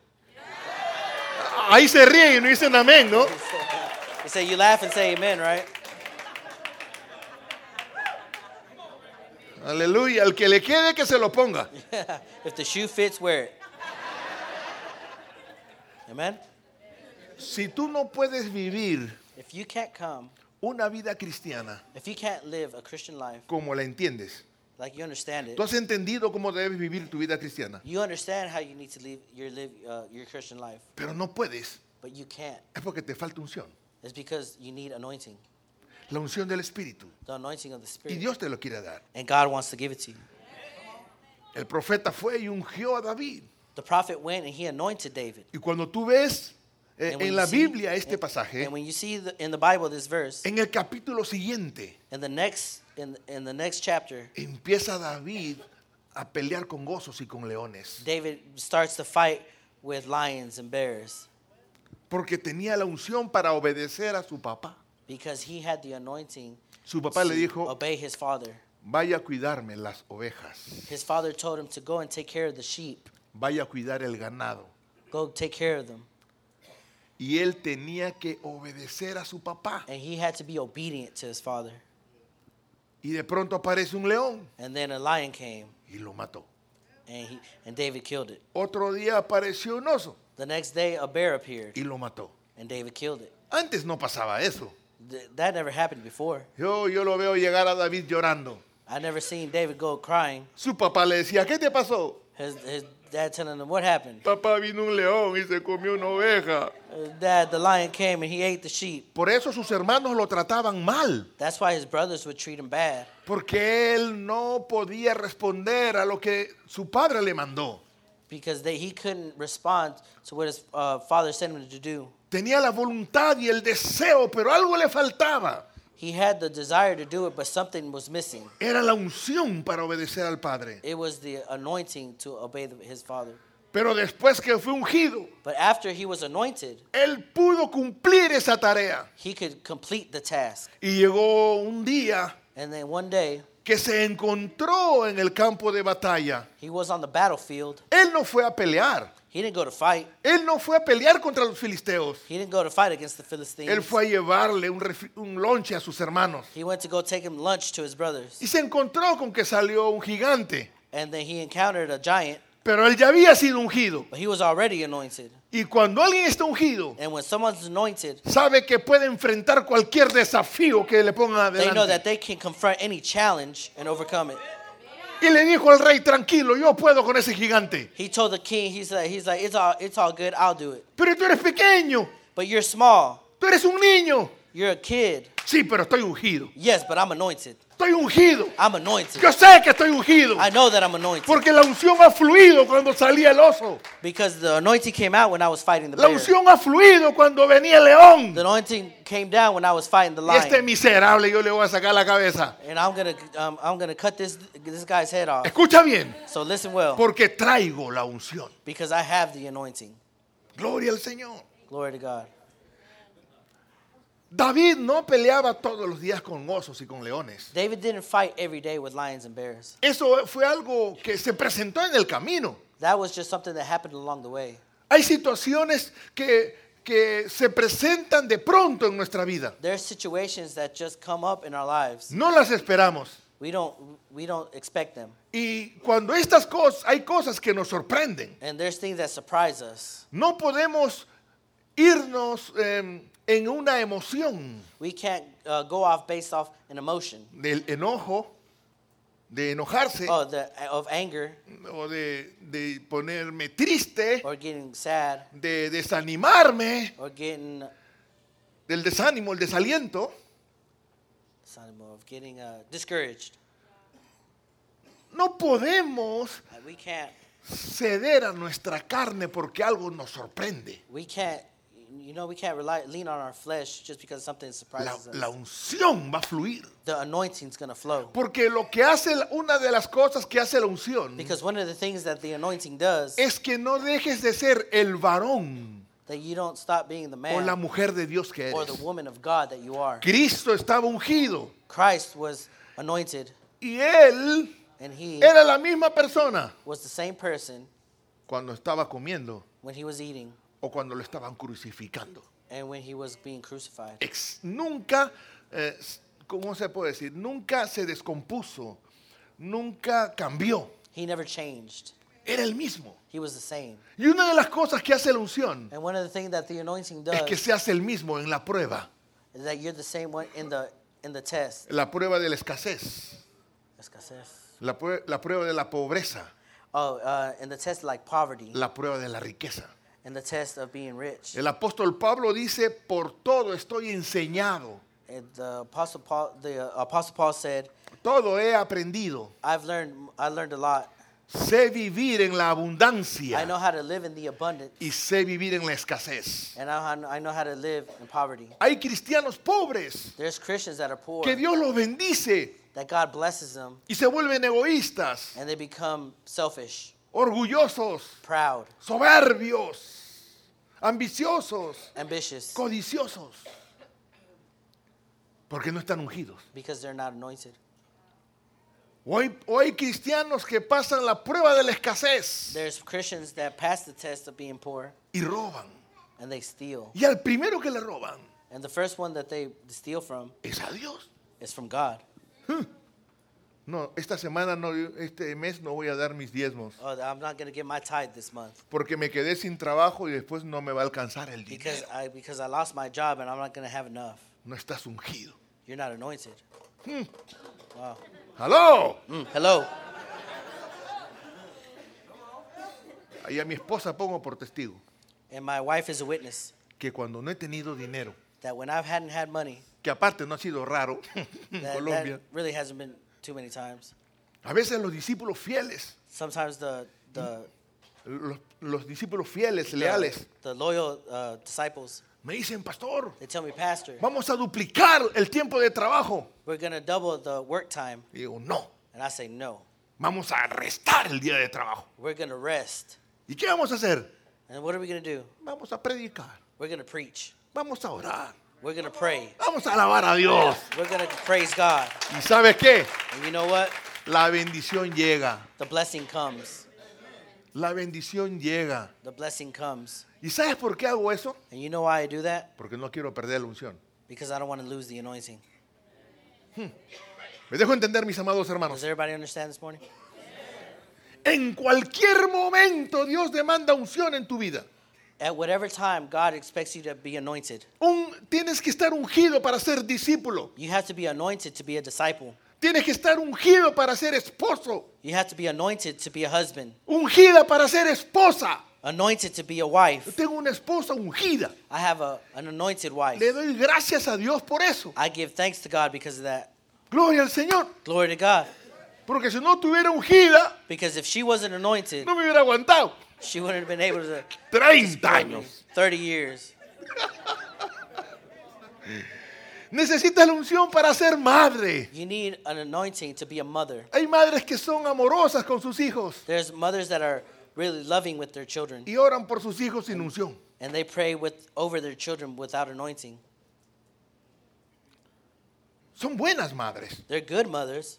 Ahí se ríen y no dicen amén, ¿no? You say you laugh and say amen, right? Aleluya. Al que le quede, que se lo ponga. if the shoe fits, wear it. Amen. Si tú no puedes vivir If you can't come, una vida cristiana if you can't live a Christian life como la entiendes, like you understand it, tú has entendido cómo debes vivir tu vida cristiana, you understand how you need to live your live uh, your Christian life, pero no puedes, but you can't. es porque te falta unción. It's because you need anointing, La unción del Espíritu. the anointing of the Y Spirit, Dios te lo quiere dar. and God wants to give it to you. El profeta fue y ungió a David. The prophet went and he anointed David. Y cuando tú ves eh, And when en you la see- Biblia este and- pasaje, and when you see the, in the Bible this verse, en el capítulo siguiente in the next in, in the next chapter, empieza David a pelear con gozos y con leones, David starts to fight with lions and bears porque tenía la unción para obedecer a su papá. because he had the anointing Su papá le to dijo, obey his father. vaya a cuidarme las ovejas, His father told him to go and take care of the sheep. vaya a cuidar el ganado. Go take care of them. Y él tenía que obedecer a su papá. And he had to be obedient to his father. Y de pronto aparece un león And then a lion came y lo mató. and he and David killed it. Otro día apareció un oso The next day a bear appeared y lo mató. and David killed it. Antes no pasaba eso. Th- that never happened before. Yo, yo lo veo llegar a David llorando. I never seen David go crying. Su papá le decía, ¿qué te pasó? His, his dad telling him what happened. Papá vino un león y se comió una oveja. His dad, the lion came and he ate the sheep. Por eso sus hermanos lo trataban mal, That's why his brothers would treat him bad porque él no podía responder a lo que su padre le mandó. because they, he couldn't respond to what his uh, father sent him to do. Tenía la voluntad y el deseo, pero algo le faltaba. He had the desire to do it, but something was missing. Era la unción para obedecer al padre. It was the anointing to obey the, his father. Pero después que fue ungido, But after he was anointed, él pudo cumplir esa tarea. he could complete the task. Y llegó un día And then one day, que se encontró en el campo de batalla. he was on the battlefield. Él no fue a pelear. He didn't go to fight. Él no fue a pelear contra los filisteos. He didn't go to fight against the Philistines. Él fue a llevarle un, refi- un lonche a sus hermanos. He went to go take him lunch to his brothers. Y se encontró con que salió un gigante. And then he encountered a giant, Pero él ya había sido ungido. but he was already anointed. Y cuando alguien está ungido, And when someone's anointed, sabe que puede enfrentar cualquier desafío que le pongan they know that adelante. they can confront any challenge and overcome it. Y le dijo al rey, tranquilo, yo puedo con ese gigante. He told the king, he said, he's like, it's all, it's all good, I'll do it. Pero tú eres pequeño, But you're small, tú eres un niño. you're a kid. Sí, pero estoy ungido. Yes, but I'm anointed. Estoy ungido. I'm anointed. Yo sé que estoy ungido. I know that I'm anointed Porque la unción ha fluido cuando salía el oso. because the anointing came out when I was fighting the La bear. unción ha fluido cuando venía el león. The anointing came down when I was fighting the Y este lion. miserable yo le voy a sacar la cabeza. And I'm gonna, um, I'm gonna cut this, this guy's head off. Escucha bien, So listen well, porque traigo la unción. because I have the anointing. Gloria al Señor. Glory to God. David no peleaba todos los días con osos y con leones. David didn't fight every day with lions and bears. Eso fue algo que se presentó en el camino. That was just something that happened along the way. Hay situaciones que, que se presentan de pronto en nuestra vida. There's situations that just come up in our lives. No las esperamos. We don't we don't expect them. Y cuando estas cosas, hay cosas que nos sorprenden. And there's things that surprise us. No podemos irnos eh, en una emoción We can't uh, go off based off an emotion del enojo, de enojarse oh, the, of anger o de, de ponerme triste, or getting sad de desanimarme, or getting del desánimo, el desaliento. sorry, more of getting uh, discouraged. No podemos Like, we can't ceder a nuestra carne porque algo nos sorprende. we can't you know we can't rely lean on our flesh just because something La, surprises la us. unción va a fluir. The anointing's gonna flow. Porque lo que hace, la- una de las cosas que hace la unción Because one of the things that the anointing does es que no dejes de ser el varón that you don't stop being the o la man mujer de Dios que or eres. the woman of God that you are. Cristo estaba ungido Christ was anointed y él and he era la misma persona was the same person cuando estaba comiendo when he was eating o cuando lo estaban crucificando. and when he was being crucified. Ex- nunca, eh, ¿cómo se puede decir? Nunca se descompuso, nunca cambió, He never changed. era el mismo. He was the same. Y una de las cosas que hace la unción And one of the things that the anointing does es que se hace el mismo en la prueba, is that you're the same one in the in the test. la prueba de la escasez, Escasez. la, prue- la prueba de la pobreza, Oh, uh, in the test like poverty, la prueba de la riqueza. in the test of being rich. El apóstol Pablo dice, por todo estoy enseñado, And the apostle Paul, the uh, apostle Paul said, todo he aprendido, "I've learned. I learned a lot. sé vivir en la I know abundancia how to live in the abundant, y sé vivir en la escasez. and I, I know how to live in poverty." Hay cristianos pobres There's Christians that are poor que Dios los bendice that God blesses them, y se vuelven egoístas, and they become selfish, orgullosos, proud, soberbios, ambiciosos, ambitious, codiciosos, porque no están ungidos. because they're not anointed. O hay, o hay cristianos que pasan la prueba de la escasez There's Christians that pass the test of being poor y roban. and they steal, Y al primero que le roban and the first one that they steal from es a Dios. is from God. No, esta semana, no, este mes no voy a dar mis diezmos Oh, I'm not gonna get my tithe this month porque me quedé sin trabajo y después no me va a alcanzar el because dinero. I because I lost my job and I'm not gonna have enough. No estás ungido. You're not anointed. Wow. ¡Aló! Mm, hello. Ahí a mi esposa pongo por testigo And my wife is a witness que cuando no he tenido dinero, that when I hadn't had money, que aparte no ha sido raro en that, Hmm, Colombia, that really hasn't been too many times. a veces los discípulos fieles, Sometimes the the los, los discípulos fieles, the, leales, the loyal uh, disciples me dicen, pastor, they tell me, Pastor, vamos a duplicar el tiempo de trabajo. we're gonna double the work time, Y digo, no, and I say no. vamos a restar el día de trabajo. We're gonna rest. ¿Y qué vamos a hacer? And what are we gonna do? Vamos a predicar, We're gonna preach. vamos a orar, We're gonna pray. vamos a alabar a Dios. We're gonna praise God. ¿Y sabes qué? And you know what? La bendición llega, The blessing comes. la bendición llega. The blessing comes. ¿Y sabes por qué hago eso? And you know why I do that? Porque no quiero perder la unción. Because I don't want to lose the anointing. Me dejo entender, mis amados hermanos. Does everybody understand this morning? En cualquier momento Dios demanda unción en tu vida. At whatever time, God expects you to be anointed. Un- tienes que estar ungido para ser discípulo. You have to be anointed to be a disciple. Tienes que estar ungido para ser esposo. You have to be anointed to be a husband, Ungida para ser esposa. anointed to be a Yo wife. tengo una esposa ungida. I have a, an anointed wife. Le doy gracias a Dios por eso. I give thanks to God because of that. Gloria al Señor. Glory to God. Porque si no tuviera ungida, Because if she wasn't anointed, no me hubiera aguantado. she wouldn't have been able to. 30 años. 30 years. Necesitas la unción para ser madre. You need an anointing to be a mother. Hay madres que son amorosas con sus hijos. There's mothers that are really loving with their children, y oran por sus hijos sin unción. and they pray with over their children without anointing. Son buenas madres. They're good mothers,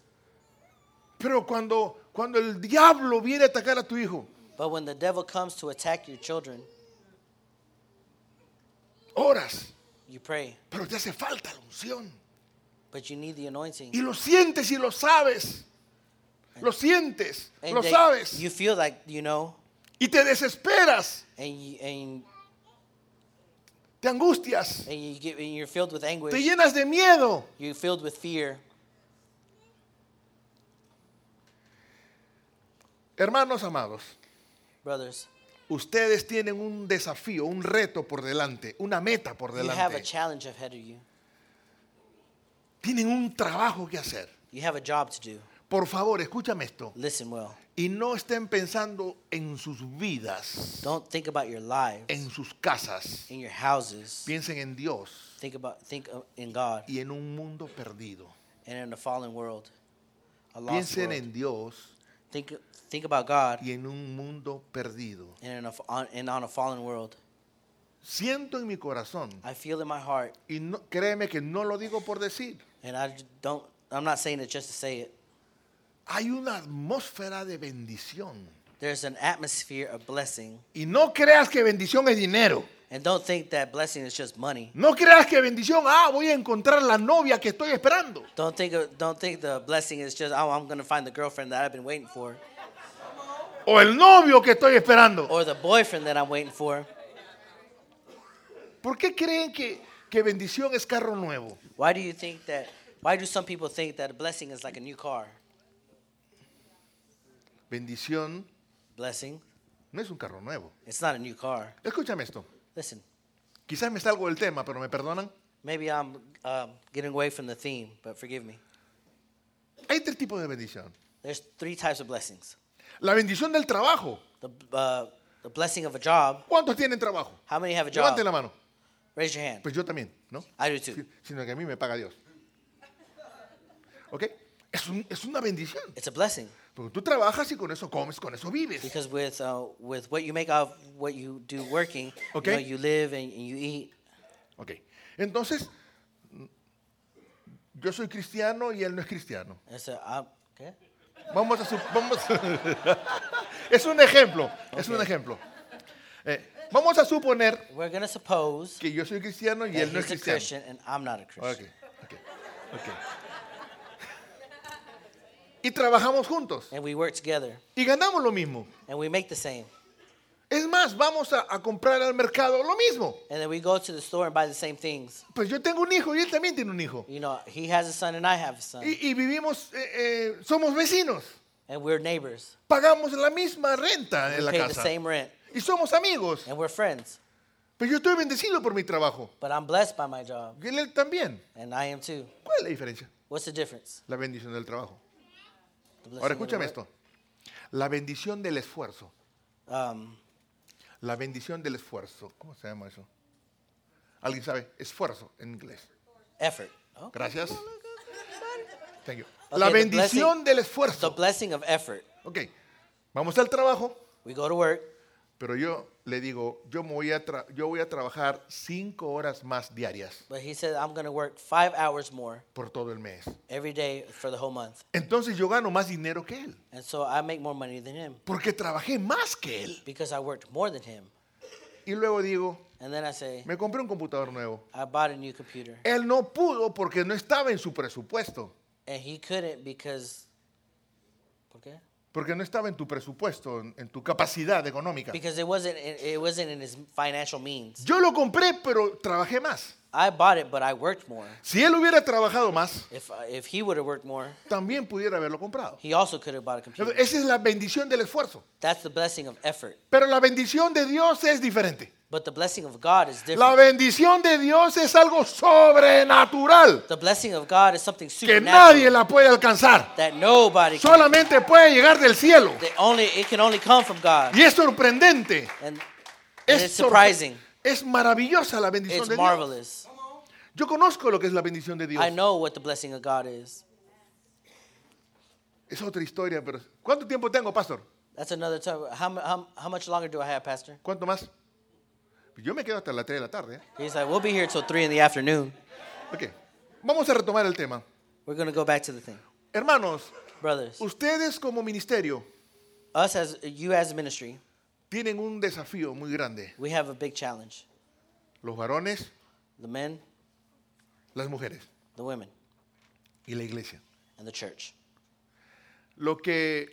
Pero cuando, cuando el diablo viene a atacar a tu hijo, but when the devil comes to attack your children, oras, you pray, pero te hace falta la unción. but you need the anointing. Y lo sientes y lo sabes. Lo sientes, And lo they- sabes. You feel like you know, Y te desesperas, and you, and te angustias, and you get and you're filled with te anguish. llenas de miedo. You're filled with fear. Hermanos amados, Brothers, ustedes tienen un desafío, un reto por delante, una meta por you have a delante. challenge ahead of you. Tienen un trabajo que hacer. You have a job to do. Por favor, escúchame esto. Listen well. Y no estén pensando en sus vidas, Don't think about your lives en sus casas. in your houses. Piensen en Dios Think about think of- in God y en un mundo perdido. and in a fallen world, a lost Piensen world. en Dios think think about God y en un mundo perdido. and in a, fa- on, and on a fallen world. Siento en mi corazón, I feel in my heart, y no- créeme que no lo digo por decir, and I j- don't. I'm not saying it just to say it. hay una atmósfera de bendición. There's an atmosphere of blessing, Y no creas que bendición es dinero. and don't think that blessing is just money. No creas que bendición, ah, voy a encontrar la novia que estoy esperando. Don't think of, don't think the blessing is just oh I'm gonna find the girlfriend that I've been waiting for O el novio que estoy esperando. or the boyfriend that I'm waiting for. ¿Por qué creen que, que bendición es carro nuevo? Why do you think that? Why do some people think that a blessing is like a new car? Bendición Blessing, no es un carro nuevo. it's not a new car. Escúchame esto. Listen, Quizás me salgo del tema, pero me perdonan. maybe I'm um, getting away from the theme, but forgive me. Hay tres tipos de bendición. There's three types of blessings. La bendición del trabajo. The uh, the blessing of a job. ¿Cuántos tienen trabajo? How many have a job? Levanten la mano. Raise your hand. Pues yo también, ¿no? I do too. Si- Sino que a mí me paga Dios. ¿Ok? Es, un- es una bendición. It's a blessing Porque tú trabajas y con eso comes, con eso vives. because with uh, with what you make of what you do working, Okay. you know, you live and, and you eat. Ok. Entonces, yo soy cristiano y él no es cristiano. It's a I'm, okay. Vamos a su, vamos Es un ejemplo, es un ejemplo. Eh, vamos a suponer We're gonna suppose que yo soy cristiano y that él no es he's a cristiano. Christian and I'm not a Ok, Christian, ok, ok. Y trabajamos juntos and we work together y ganamos lo mismo. and we make the same, Es más, vamos a, a comprar al mercado lo mismo. and then we go to the store and buy the same things. Pues yo tengo un hijo y él también tiene un hijo. You know, he has a son and I have a son, Y, y vivimos, eh, eh, somos vecinos. and we're neighbors. Pagamos la misma renta en we la pay the casa. same rent, Y somos amigos. and we're friends. Pero yo estoy bendecido por mi trabajo. But I'm blessed by my job, Y él él también. and I am too. ¿Cuál es la diferencia? What's the difference? La bendición del trabajo. The blessing Ahora of the escúchame work? esto. La bendición del esfuerzo. Um, La bendición del esfuerzo. ¿Cómo se llama eso? ¿Alguien sabe? Esfuerzo en inglés. effort. Oh. Gracias. Thank you. Ok, la the bendición blessing- del The esfuerzo. blessing of effort. Ok. Vamos al trabajo, We go to work, pero yo le digo, yo, me voy, a tra- yo voy a trabajar cinco horas más diarias but he said, I'm going to work five hours more por todo el mes. every day for the whole month. Entonces yo gano más dinero que él, And so I make more money than him porque trabajé más que él. because I worked more than him. Y luego digo, And then I say, me compré un computador nuevo. I bought a new computer. Él no pudo porque no estaba en su presupuesto. And he couldn't because, okay? Porque no estaba en tu presupuesto, en, en tu capacidad económica. Because it wasn't, in, it wasn't in his financial means. Yo lo compré, pero trabajé más. I bought it, but I worked more. Si él hubiera trabajado más, If, if he would have worked more, también pudiera haberlo comprado. he also could have bought a computer. Esa es la bendición del esfuerzo. That's the blessing of effort. Pero la bendición de Dios es diferente. But the blessing of God is La different. bendición de Dios es algo sobrenatural The blessing of God is something que supernatural. nadie la puede alcanzar. that nobody can, Solamente puede llegar del cielo. that only it can only come from God. Y es sorprendente. And, and Es, it's sorpre- surprising. es maravillosa la bendición It's de Dios. marvelous. Yo conozco lo que es la bendición de Dios. I know what the blessing of God is. Es otra historia, pero ¿cuánto tiempo tengo, pastor? That's another time. How, mu- how, how much longer do I have, Pastor? ¿Cuánto más? Pues Yo me quedo hasta las 3 de la tarde. ¿eh? He's like, we'll be here till 3 in the afternoon. Ok, vamos a retomar el tema. We're going to go back to the thing. Hermanos, Brothers, ustedes como ministerio us as you as a ministry, tienen un desafío muy grande. we have a big challenge. Los varones, The men, las mujeres the women, y la iglesia. and the church. Lo que...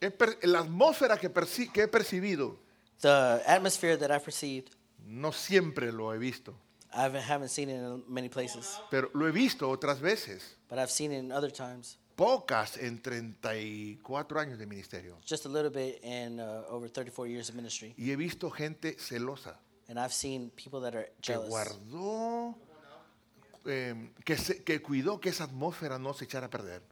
he per- la atmósfera que, perci- que he percibido, The atmosphere that I've perceived, no siempre lo he visto, I haven't, haven't seen it in many places, pero lo he visto otras veces, but I've seen it in other times, pocas en 34 años de ministerio. just a little bit in uh, over 34 years of ministry. Y he visto gente celosa, And I've seen people that are que jealous, guardó, eh, que, se- que cuidó que esa atmósfera no se echara a perder.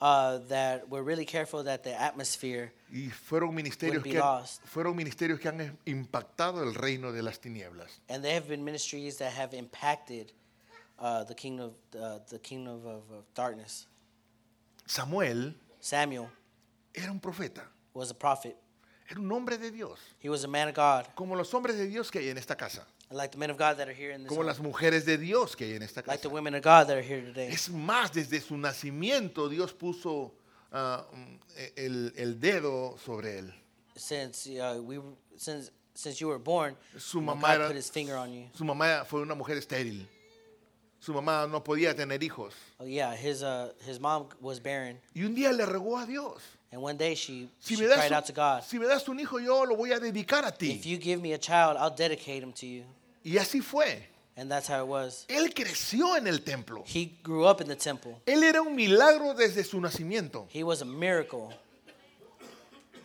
uh, that were really careful that the atmosphere Y fueron ministerios, Would be que han, lost. fueron ministerios que han eh, impactado el reino de las tinieblas. and there have been ministries that have impacted uh, the kingdom, of, uh, the kingdom of, of darkness. Samuel Samuel era un profeta, was a prophet. era un hombre de Dios, He was a man of God, como los hombres de Dios que hay en esta casa, like the men of God that are here in this, como las mujeres de Dios que hay en esta like casa. the women of God that are here today. Es más, desde su nacimiento Dios puso ah, mm, el, el dedo sobre él. Since uh, we, were- since since you were born, Su you know, mamá God era- put His finger on you. Su mamá fue una mujer estéril. Su mamá no podía tener hijos. Oh, yeah, his uh, his mom was barren, Y un día le regó a Dios. and one day she, Si she me, cried das out to un, God, si me das un hijo, yo lo voy a dedicar a "If ti. you give me a child, I'll dedicate him to you." Y así fue. And that's how it was. Él creció en el templo. He grew up in the temple. Él era un milagro desde su nacimiento. He was a miracle.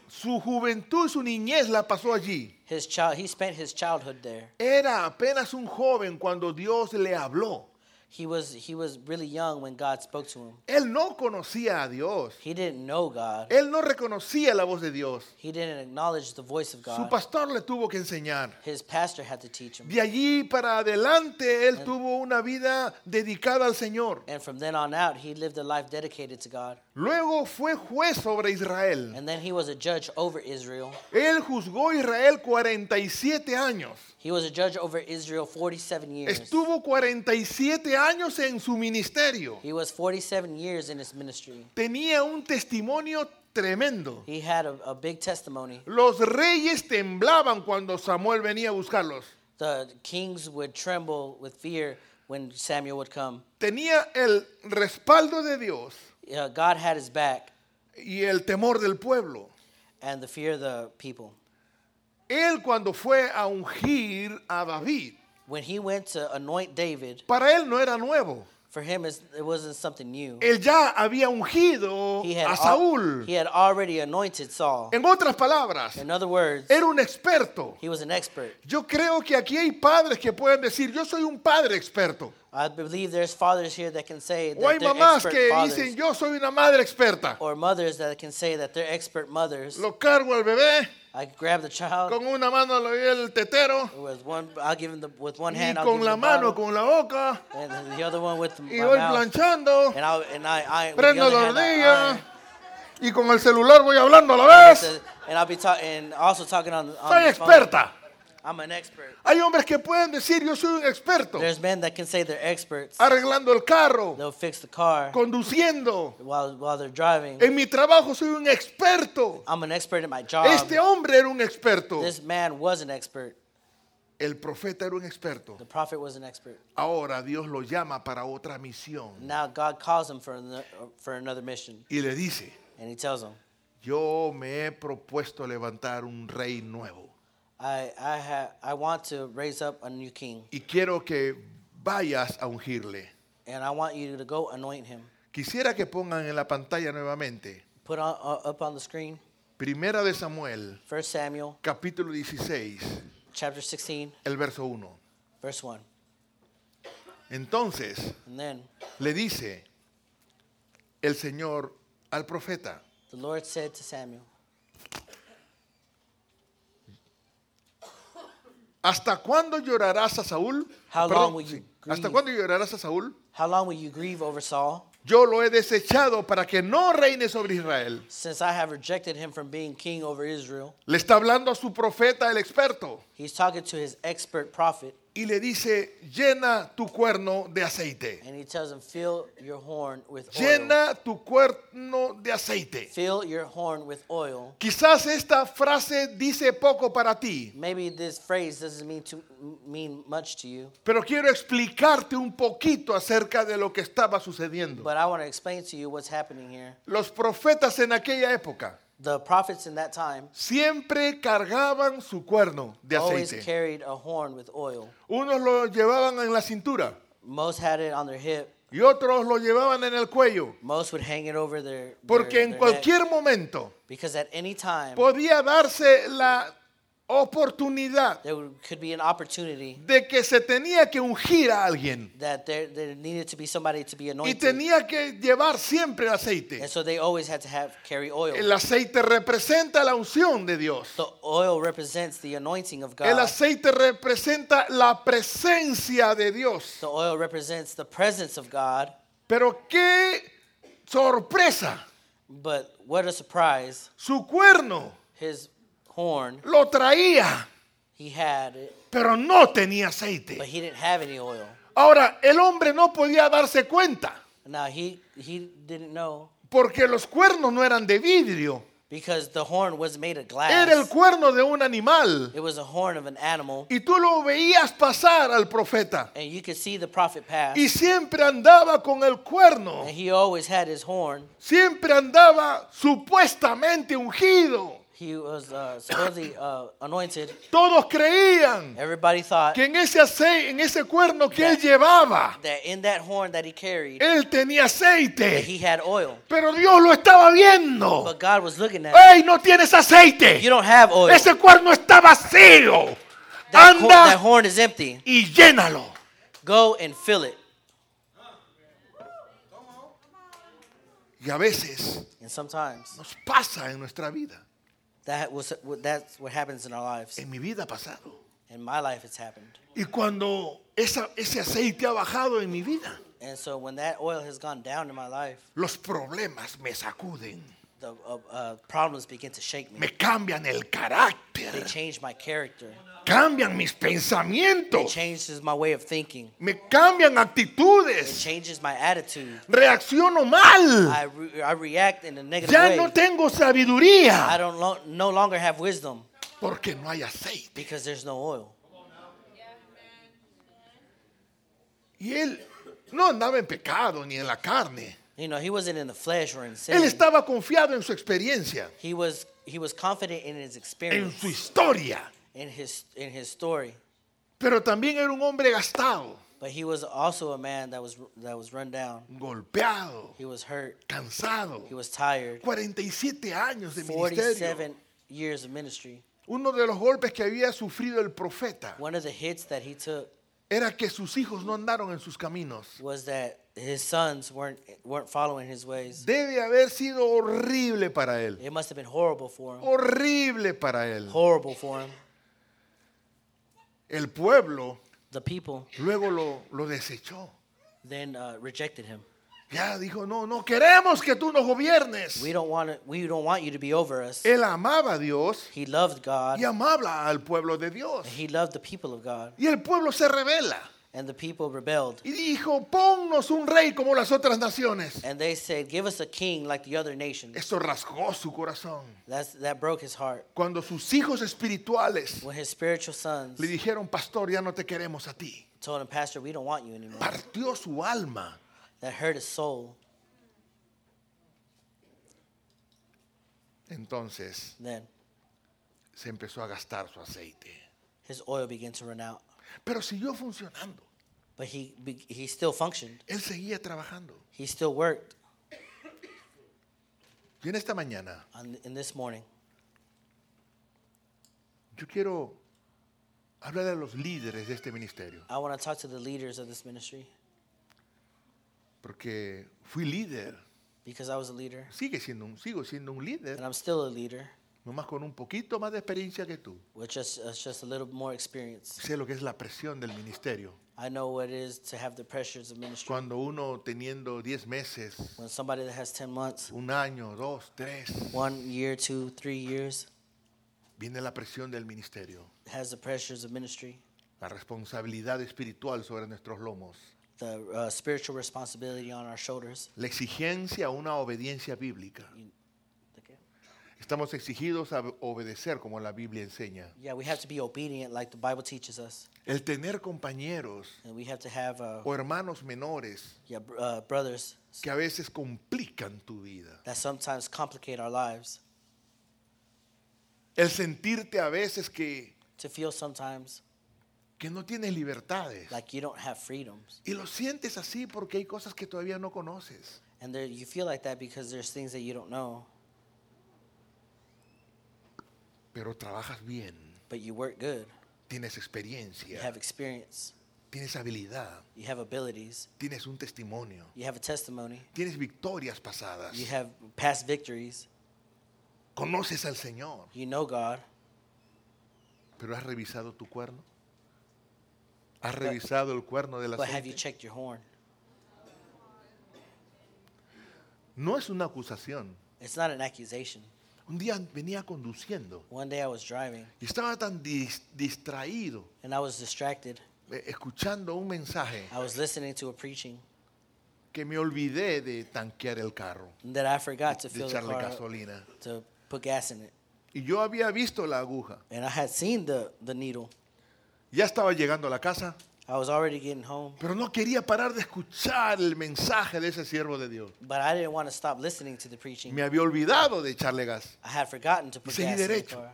Su juventud, su niñez la pasó allí. His child, he spent his childhood there. Era apenas un joven cuando Dios le habló. He was he was really young when God spoke to him. Él no conocía a Dios. He didn't know God. Él no reconocía la voz de Dios. He didn't acknowledge the voice of Su God. pastor le tuvo que enseñar. His pastor had to teach him. De allí para adelante él tuvo una vida dedicada al Señor. And from then on out, he lived a life dedicated to God. Luego fue juez sobre Israel. And then he was a judge over Israel. Él juzgó a Israel 47 años. He was a judge over Israel 47 years. Estuvo 47 años en su ministerio. He was 47 years in his ministry. Tenía un testimonio tremendo. He had a, a big testimony. Los reyes temblaban cuando Samuel venía a buscarlos. The kings would tremble with fear when Samuel would come. Tenía el respaldo de Dios Uh, God had his back y el temor del pueblo. and the fear of the people. Él cuando fue a ungir a David, When he went to anoint David, para él no era nuevo. for him it's- it wasn't something new. Él ya había ungido He had, a al- Saúl. he had already anointed Saul. En otras palabras, In other words, era un experto. he was an expert. Yo creo que aquí hay padres que pueden decir, yo soy un padre experto. I believe there's fathers here that can say that O hay they're mamás expert que fathers, dicen, yo soy una madre experta. or mothers that can say that they're expert mothers. Lo cargo al bebé, I grab the child con una mano le doy el tetero, with one. I'll give him the with one y hand. I'll give con him la the mano, bottle, con la boca, and then the other one with the, y my voy mouth. planchando, And I and I, I with the prendo other la hand, I hornilla, iron. y con el celular voy hablando a la vez. So- and I'll be talking and also talking on, on Soy the experta. phone. I'm an expert. Hay hombres que pueden decir, yo soy un experto, There's men that can say they're experts. arreglando el carro, They'll fix the car conduciendo. while while they're driving. En mi trabajo soy un experto. I'm an expert at my job. Este hombre era un experto. This man was an expert. El profeta era un experto. The prophet was an expert. Ahora Dios lo llama para otra misión. Now God calls him for another, for another mission, Y le dice, and he tells him, yo me he propuesto levantar un rey nuevo. "I I ha, I want to raise up a new king, Y quiero que vayas a ungirle. and I want you to go anoint him." Quisiera que pongan en la pantalla nuevamente. Put on, uh, up on the screen, Primera de Samuel, 1 Samuel capítulo 16, chapter 16, el verso 1. verse 1. Entonces And then le dice el Señor al profeta, the Lord said to Samuel, ¿Hasta cuándo llorarás a Saúl? How long will you sí. ¿Hasta grieve? cuándo llorarás a Saúl? "How long will you grieve over Saul? yo lo he desechado para que no reine sobre Israel. Since I have rejected him from being king over Israel, Le está hablando a su profeta, el experto, he's talking to his expert prophet, y le dice, llena tu cuerno de aceite. and he tells him, Fill your horn with oil. Llena tu cuerno de aceite. Fill your horn with oil. Quizás esta frase dice poco para ti, Maybe this phrase doesn't mean to mean much to you, pero quiero explicarte un poquito acerca de lo que estaba sucediendo. but I want to explain to you what's happening here. Los profetas en aquella época The prophets in that time siempre cargaban su cuerno de always aceite. carried a horn with oil. Unos lo llevaban en la cintura Most had it on their hip. y otros lo llevaban en el cuello, Most would hang it over their, their, porque en their neck. cualquier momento because at any time podía darse la oportunidad there would- could be an opportunity de que se tenía que ungir a alguien that there, there needed to be somebody to be y anointed, tenía que llevar siempre el aceite. and so they always had to have carry oil. El aceite representa la unción de Dios. the oil represents the anointing of God. El aceite representa la presencia de Dios. the oil represents the presence of God. Pero qué sorpresa. But what a surprise! Su cuerno His horn, lo traía, he had it, pero no tenía but aceite. he didn't have any oil. Ahora, el hombre no podía darse cuenta Now he he didn't know porque los cuernos no eran de vidrio. because the horn was made of Era el glass. cuerno de un animal. It was a horn of an animal, Y tú lo veías pasar al profeta. and you could see the prophet pass. Y siempre andaba con el cuerno. And he always had his horn. siempre andaba supuestamente ungido. He was uh, supposedly uh, anointed. Todos creían Everybody thought que en ese ace- en ese cuerno que él llevaba, that in that horn that he carried, él tenía that aceite. he had oil. Pero Dios lo estaba viendo. But God was looking at him. ¡Ey, no tienes aceite! You don't have oil. Ese cuerno está vacío. That, hor- that Anda horn is empty. y llénalo. Go and fill it. Y a veces And sometimes nos pasa en nuestra vida. that was what- that's what happens in our lives. En mi vida ha pasado. In my life, it's happened. Y cuando esa- ese aceite ha bajado en mi vida, And so when that oil has gone down in my life, los problemas me sacuden. the uh, uh, problems begin to shake me. Me cambian el They carácter. change my character. cambian mis It pensamientos, changes my way of thinking. me cambian It actitudes, changes my attitude. reacciono mal, I, re- I react in a negative Oh. ya way. no tengo I sabiduría don't lo- no longer have wisdom porque no hay aceite. because there's no oil. Y él no andaba en pecado ni en la carne, You know, he wasn't in the flesh or in sin. él estaba confiado en su experiencia, He was he was confident in his en experience, su historia, in his in his story. pero también era un hombre gastado, But he was also a man that was that was run down. golpeado, He was hurt. cansado, He was tired. 47 años de ministerio. 47 years of ministry. Uno de los golpes que había sufrido el profeta One of the hits that he took era que sus hijos no andaron en sus caminos. was that his sons weren't weren't following his ways. Debe haber sido horrible para él. It must have been horrible for him. Horrible para él. Horrible for him. El pueblo The people luego lo, lo desechó. then uh, rejected him. Ya dijo, no, no queremos que tú nos gobiernes. We don't want to, we don't want you to be over us. Él amaba a Dios He loved God. y amaba al pueblo de Dios. and He loved the people of God. Y el pueblo se revela And the people rebelled. y dijo, ponnos un rey como las otras naciones. And they said, Give us a king like the other nations. Eso rasgó su corazón. That's, that broke his heart. Cuando sus hijos espirituales When his spiritual sons le dijeron, pastor, ya no te queremos a ti. told him, Pastor, we don't want you anymore, Partió su alma. that hurt his soul, Entonces then se empezó a gastar su aceite. his oil began to run out. Pero siguió funcionando. But he, be- he still functioned, Él seguía trabajando. he still worked. Y en esta mañana On, in this morning, yo quiero hablar a los líderes de este ministerio. I want to talk to the leaders of this ministry Porque fui líder. because I was a leader Sigue siendo un, sigo siendo un and líder. I'm still a leader. nomás con un poquito más de experiencia que tú, with just, uh, just a little more experience. sé lo que es la presión del ministerio. I know what it is to have the pressures of ministry. Cuando uno teniendo 10 meses, When somebody that has 10 months, un año, dos, tres, one year, two, three years, viene la presión del ministerio, has the pressures of ministry, la responsabilidad espiritual sobre nuestros lomos, the uh, spiritual responsibility on our shoulders. la exigencia a una obediencia bíblica. Estamos exigidos a obedecer como la Biblia enseña. Yeah, we have to be obedient like the Bible teaches us. El tener compañeros And we have to have uh, o hermanos menores yeah, br- uh, brothers que a veces complican tu vida. that sometimes complicate our lives. El sentirte a veces que, To feel sometimes que no tienes libertades. like you don't have freedoms. Y lo sientes así porque hay cosas que todavía no conoces. And there, you feel like that because there's things that you don't know, Pero trabajas bien, but you work good. tienes You experiencia, have experience. tienes habilidad, You have abilities. tienes un testimonio, You have a testimony. tienes victorias pasadas, You have past victories. conoces al Señor, You know God. pero has revisado tu cuerno. ¿Has revisado el cuerno de la But pues, have you checked your horn? No es una acusación. It's not an accusation. Un día venía conduciendo One day I was driving y estaba tan dis- distraído and I was distracted. eh, escuchando un mensaje I was listening to a preaching que me olvidé de tanquear el carro, and that I forgot to de fill the echarle car up, gasolina. to put gas in it. Y yo había visto la aguja. And I had seen the, the needle. Ya estaba llegando a la casa, I was already getting home, pero no quería parar de escuchar el mensaje de ese siervo de Dios. but I didn't want to stop listening to the preaching. Me había olvidado de echarle gas. I had forgotten to put seguí gas in the derecho. car.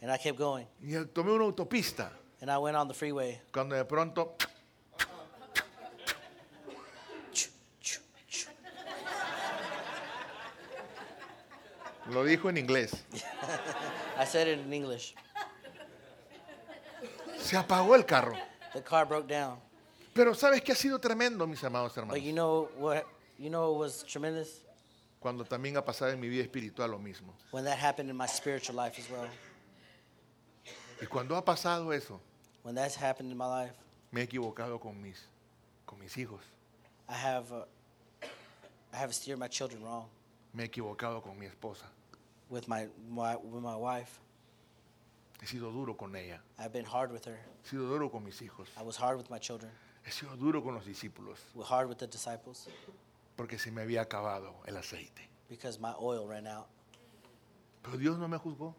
And I kept going. Y tomé una autopista. And I went on the freeway. Cuando de pronto lo dijo en inglés. I said it in English. Se apagó el carro. The car broke down. Pero sabes que ha sido tremendo, mis amados But you hermanos. know what? You know it was tremendous Cuando también ha pasado en mi vida espiritual lo mismo. when that happened in my spiritual life as well. Y cuando ha pasado eso, When that's happened in my life, me he equivocado con mis, con mis hijos. I have uh, I have steered my children wrong Me he equivocado con mi esposa. with my, my with my wife. He sido duro con ella. I've been hard with her. He sido duro con mis hijos. I was hard with my children. He sido duro con los discípulos. Was hard with the disciples Porque se me había acabado el aceite. because my oil ran out. Pero Dios no me juzgó.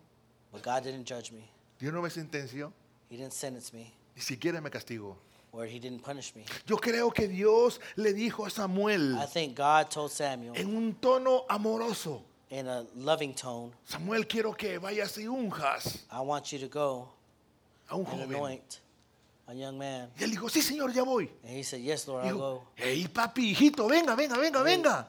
But God didn't judge me. Dios no me sentenció. He didn't sentence me, Ni siquiera me castigó. or He didn't punish me. Yo creo que Dios le dijo a Samuel I think God told Samuel en un tono amoroso. in a loving tone, Samuel, quiero que vayas y unjas "I want you to go a un and joven. anoint a young man." Y él dijo, sí, señor, ya voy. And he said, "Yes, Lord, I'll go." Dijo, hey, papi, hijito, venga, venga, venga, venga.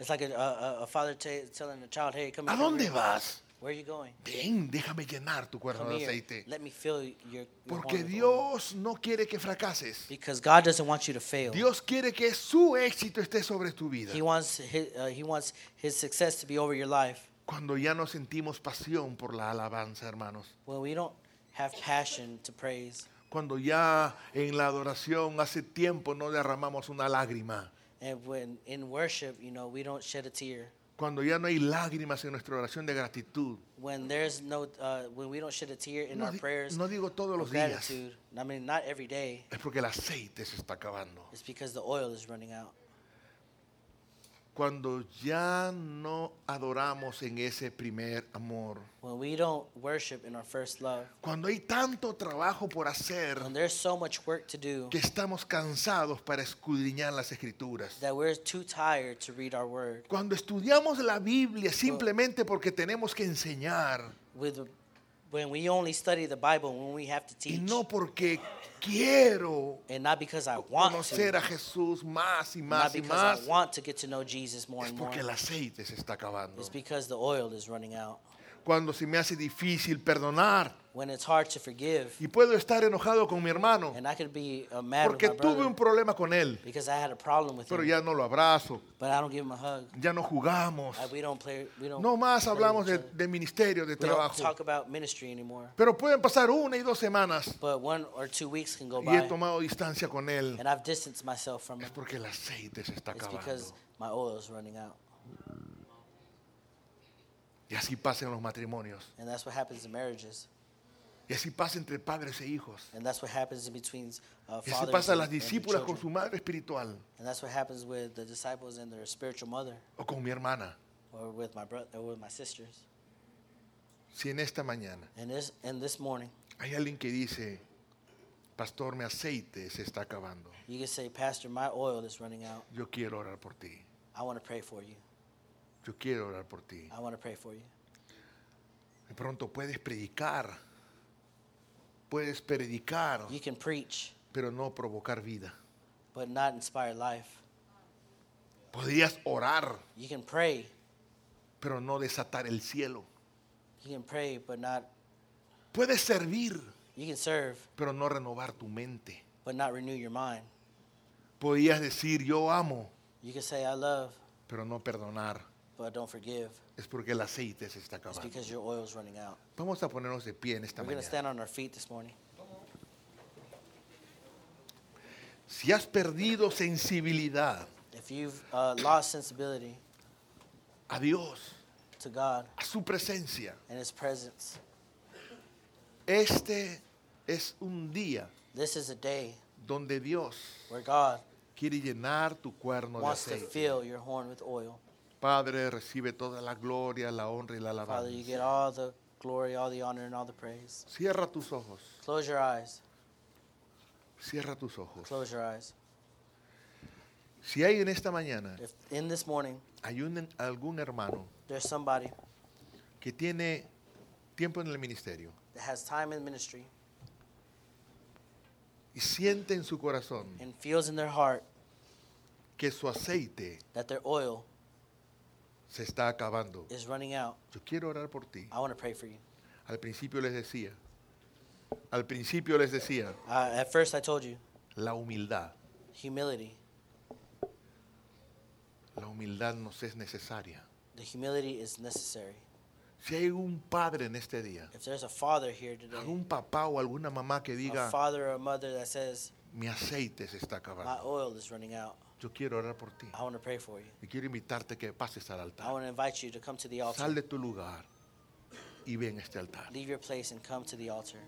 It's like a, a, a father ta telling a child, "Hey, come ¿A here. dónde vas? Where are you going? Ven, déjame llenar tu cuerno Come de here. aceite. Let me fill your, your Porque horn with oil." Dios no quiere que fracases. Because God doesn't want you to fail. Dios quiere que su éxito esté sobre tu vida. He wants his, uh, he wants his success to be over your life. Cuando ya no sentimos pasión por la alabanza, hermanos. When we don't have passion to praise, Cuando ya en la adoración hace tiempo no derramamos una lágrima. and when in worship, you know, we don't shed a tear. Cuando ya no hay lágrimas en nuestra oración de gratitud. When there's no, uh, when we don't shed a tear in No our di- prayers, no digo todos of los días. gratitude. I mean, not every day. Es porque el aceite se está acabando. It's because the oil is running out. Cuando ya no adoramos en ese primer amor. When we don't worship in our first love, Cuando hay tanto trabajo por hacer when there's so much work to do que estamos cansados para escudriñar las escrituras. that we're too tired to read our word. Cuando estudiamos la Biblia simplemente porque tenemos que enseñar With when we only study the Bible when we have to y teach, no porque quiero and not because I want conocer to, a Jesús más y not más y because más, I want to get to know Jesus more es and more. porque el aceite se está acabando. It's because the oil is running out. cuando se me hace difícil perdonar. when it's hard to forgive. Y puedo estar enojado con mi hermano And I could be uh, mad porque with my brother tuve un problema con él, because I had a problem with pero him. ya no lo abrazo, But I don't give him a hug. ya no jugamos. Like, we don't play. We don't. No más play with hablamos each de, other. de ministerio, de We don't trabajo. talk about ministry anymore. Pero pueden pasar una y dos semanas But one or two weeks can go y he by, tomado distancia con él. Oh, and I've distanced myself from Es him. porque el aceite se está It's acabando. because my oil is running out, Y así pasa en los matrimonios. and that's what happens in marriages, Y así pasa entre padres e hijos. and that's what happens in between uh, Y así fathers pasa a and, las and the discípulas con children, su madre espiritual and that's what happens with the disciples and their spiritual mother, o con mi hermana. or with my brother, or with my sisters. Si en esta mañana And this, and this morning, hay alguien que dice, pastor, mi aceite se está acabando. you can say, Pastor, my oil is running out. Yo quiero orar por ti. I want to pray for you. Yo quiero orar por ti. I want to pray for you. De pronto puedes predicar. Puedes predicar, You can preach, pero no provocar vida. but not inspire life. Podrías orar, You can pray, pero no desatar el cielo. you can pray, but not. Puedes servir, You can serve, pero no renovar tu mente. but not renew your mind. Podrías decir, yo amo, You can say, I love, pero no perdonar. but don't forgive. Es porque el aceite se está It's acabando. because your oil's running out. Vamos a ponernos de pie en esta We're going to mañana. stand on our feet this morning. Si has perdido sensibilidad If you've uh, lost sensibility a Dios, to God a su presencia, and His presence, este es un día this is a day donde Dios where God quiere llenar tu cuerno de wants to aceite. fill your horn with oil. Padre, recibe toda la gloria, la honra y la Father, you alabanza. get all the glory, all the honor, and all the praise. Cierra tus ojos, Close your eyes. cierra tus ojos. Close your eyes. Si hay en esta mañana If in this morning hay un- algún hermano there's somebody que tiene tiempo en el ministerio that has time in ministry y siente en su corazón and feels in their heart que su aceite that their oil se está acabando, is running out, yo quiero orar por ti. I want to pray for you. Al principio les decía, al principio les decía, Uh, at first, I told you la humildad, humility. la humildad nos es necesaria. The humility is necessary. Si hay un padre en este día, If there's a father here today, algún papá o alguna mamá que a diga, father or a mother that says, mi aceite se está My acabando, oil is running out, yo quiero orar por ti I want to pray for you. y quiero invitarte que pases al I altar. want to invite you to come to the Sal altar. de tu lugar y ven a este altar. Leave your place and come to the altar.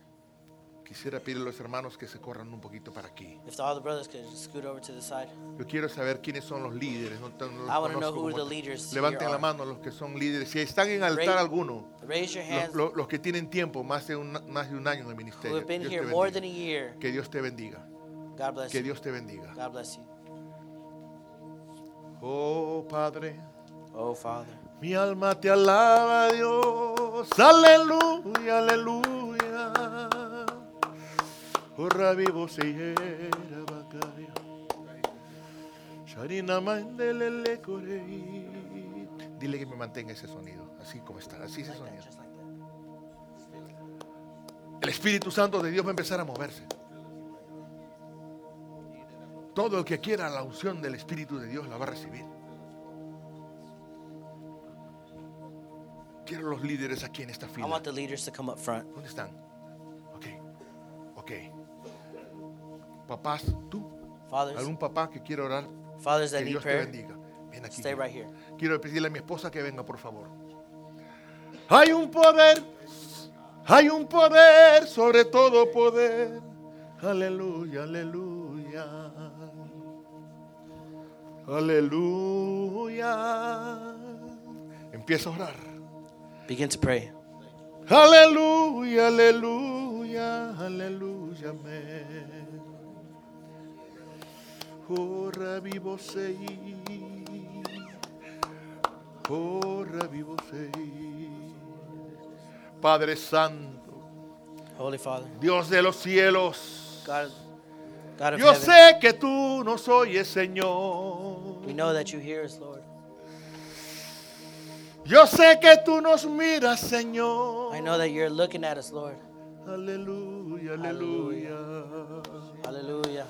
Quisiera pedirle a los hermanos que se corran un poquito para aquí. If all the brothers could scoot over to the side. Yo quiero saber quiénes son los líderes. No, tan- no los I wanna know conozco who como the tal. leaders Levanten here la are. mano los que son líderes. Si están en Raise- altar alguno, Raise your los, hands. los- los que tienen tiempo, más de un, más de un año en el Who ministerio. have been Dios te here more bendiga. than a year. Que Dios te bendiga. God bless Que you. Dios te bendiga. God bless you. Oh Padre, Oh, Father. mi alma te alaba, Dios. Aleluya, aleluya. Oh Rabbi Boseyera Bacaya. Sharina Mandelele Corei. Dile que me mantenga ese sonido, así como está, así ese Like that, sonido. just like that. El Espíritu Santo de Dios va a empezar a moverse. Todo el que quiera la unción del Espíritu de Dios la va a recibir. Quiero los líderes aquí en esta I fila. want the leaders to come up front. ¿Dónde están? Ok, ok. Papás, tú, Fathers, algún papá que quiera orar, fathers que that need Dios te prayer, bendiga. Ven aquí. stay right here. Quiero pedirle a mi esposa que venga, por favor. Hay un poder, hay un poder sobre todo poder. Aleluya, aleluya. Aleluya. Empieza a orar. Begin to pray. Aleluya, aleluya, aleluya, amén. Ora vivo sei. Ora vivo sei. Padre Santo, Holy Father, Dios de los cielos, God, God of yo heaven, sé que tú nos oyes, Señor. we know that you hear us, Lord. Yo sé que tú nos miras, Señor. I know that you're looking at us, Lord. Aleluya, aleluya. Hallelujah.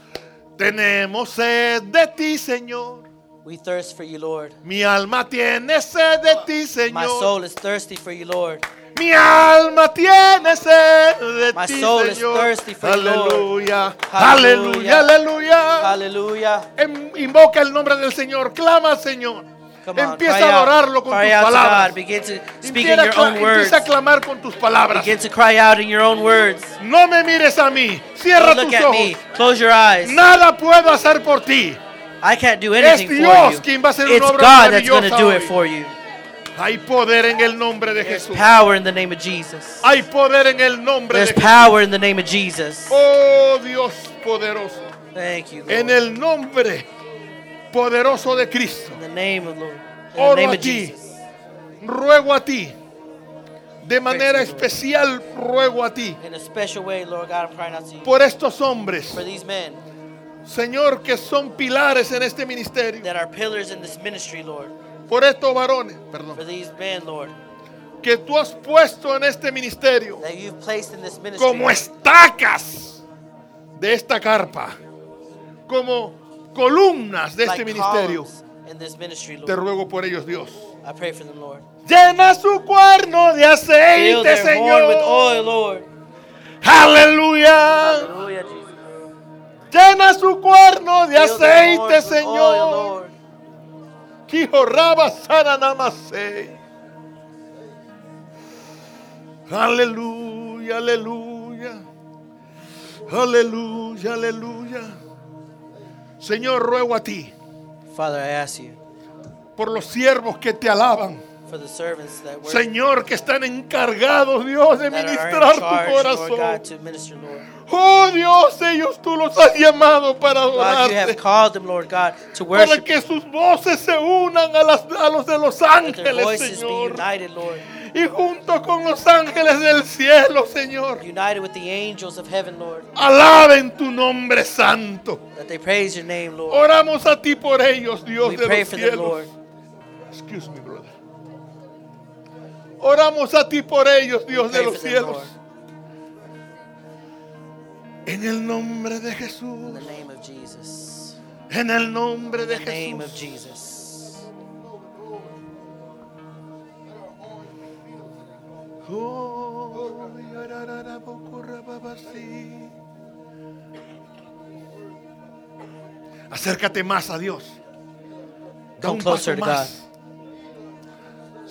Tenemos sed de ti, Señor. We thirst for you, Lord. Mi alma tiene sed de ti, My Señor. soul is thirsty for you, Lord. Mi alma tiene sed de My ti, soul is Señor. thirsty for you, Lord. Aleluya, aleluya, Hallelujah. aleluya. Hallelujah. Em- Invoca el nombre del Señor, clama al Señor. Come on, Empieza cry a out. adorarlo con Cry tus out to God. palabras. Begin to speak in Empieza a your cla- own words. empieza a clamar con tus palabras. Begin to cry out in your own words. No me mires a mí. Cierra Don't look tus at me. ojos. Close your eyes. Nada puedo hacer por ti. I can't do Es anything Dios for you. quien va a hacer una it's obra God that's going to maravillosa do hoy. it for you. Hay poder en el nombre de There's Jesús. power in the name of Jesus. Hay poder en el nombre de There's Jesús. power in the name of Jesus. Oh Dios poderoso. Thank you, Lord. En el nombre poderoso de Cristo. In the name of Lord. In the Oro name of a ti. Jesus. Ruego a ti. De manera especial ruego a ti. In a special way, Lord God, I'm crying out to you. Por estos hombres. For these men Señor, que son pilares en este ministerio. that are pillars in this ministry, Lord. Por estos varones. For Perdón. these men, Lord, Que tú has puesto en este ministerio. that you've placed in this ministry. como estacas de esta carpa, como columnas de este like ministerio. columns in this ministry, Te Lord. ruego por ellos, Dios. I pray for them, Lord. Llena su cuerno de Fill aceite, their horn with Señor. oil, Lord. Aleluya. Hallelujah, Jesus. Llena su cuerno de Fill their aceite, horn with oil, Señor. Lord. Hijo Raba Saranamase. Aleluya, aleluya. Aleluya, aleluya. Señor, ruego a ti Father, I ask you por los siervos que te alaban. for the servants that work Señor, que están encargados, Dios, de that are ministrar in tu charge, Lord corazón. God, to minister, Lord. Oh Dios, ellos tú los has llamado para God, you have adorarte. called them, Lord God, to Para worship. que sus voces se unan a, las- a los de los Let their ángeles, voices be Señor. united, Lord. y junto con los ángeles del cielo, Señor, United with the angels of heaven, Lord. alaben tu nombre santo. That they praise your name, Lord. Oramos a ti por ellos, Dios We de pray los for them, Lord. cielos. Excuse me, brother. Oramos a ti por ellos, We Dios de pray los for them, cielos. Lord. En el nombre de In Jesús, the name of Jesus. en el nombre de In the name of Jesús. Jesus. Oh, yarararabocorrababasí. Acércate más a Dios. Da Come un closer paso to más.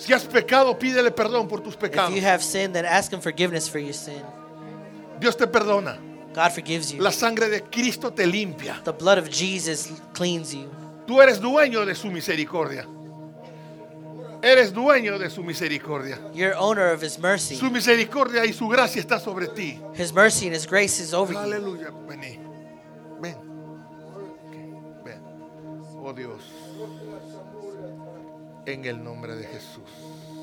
Si has pecado, pídele perdón por tus If pecados. you have sinned, then ask Him forgiveness for your sin. Dios te perdona. God forgives you. La sangre de Cristo te limpia. The blood of Jesus cleans you. Tú eres dueño de su misericordia. Eres dueño de su misericordia. You're owner of His mercy. Su misericordia y su gracia está sobre ti. His mercy and His grace is over you. Aleluya, vení. Ven. Ok, Ven. Oh Dios. En el nombre de Jesús.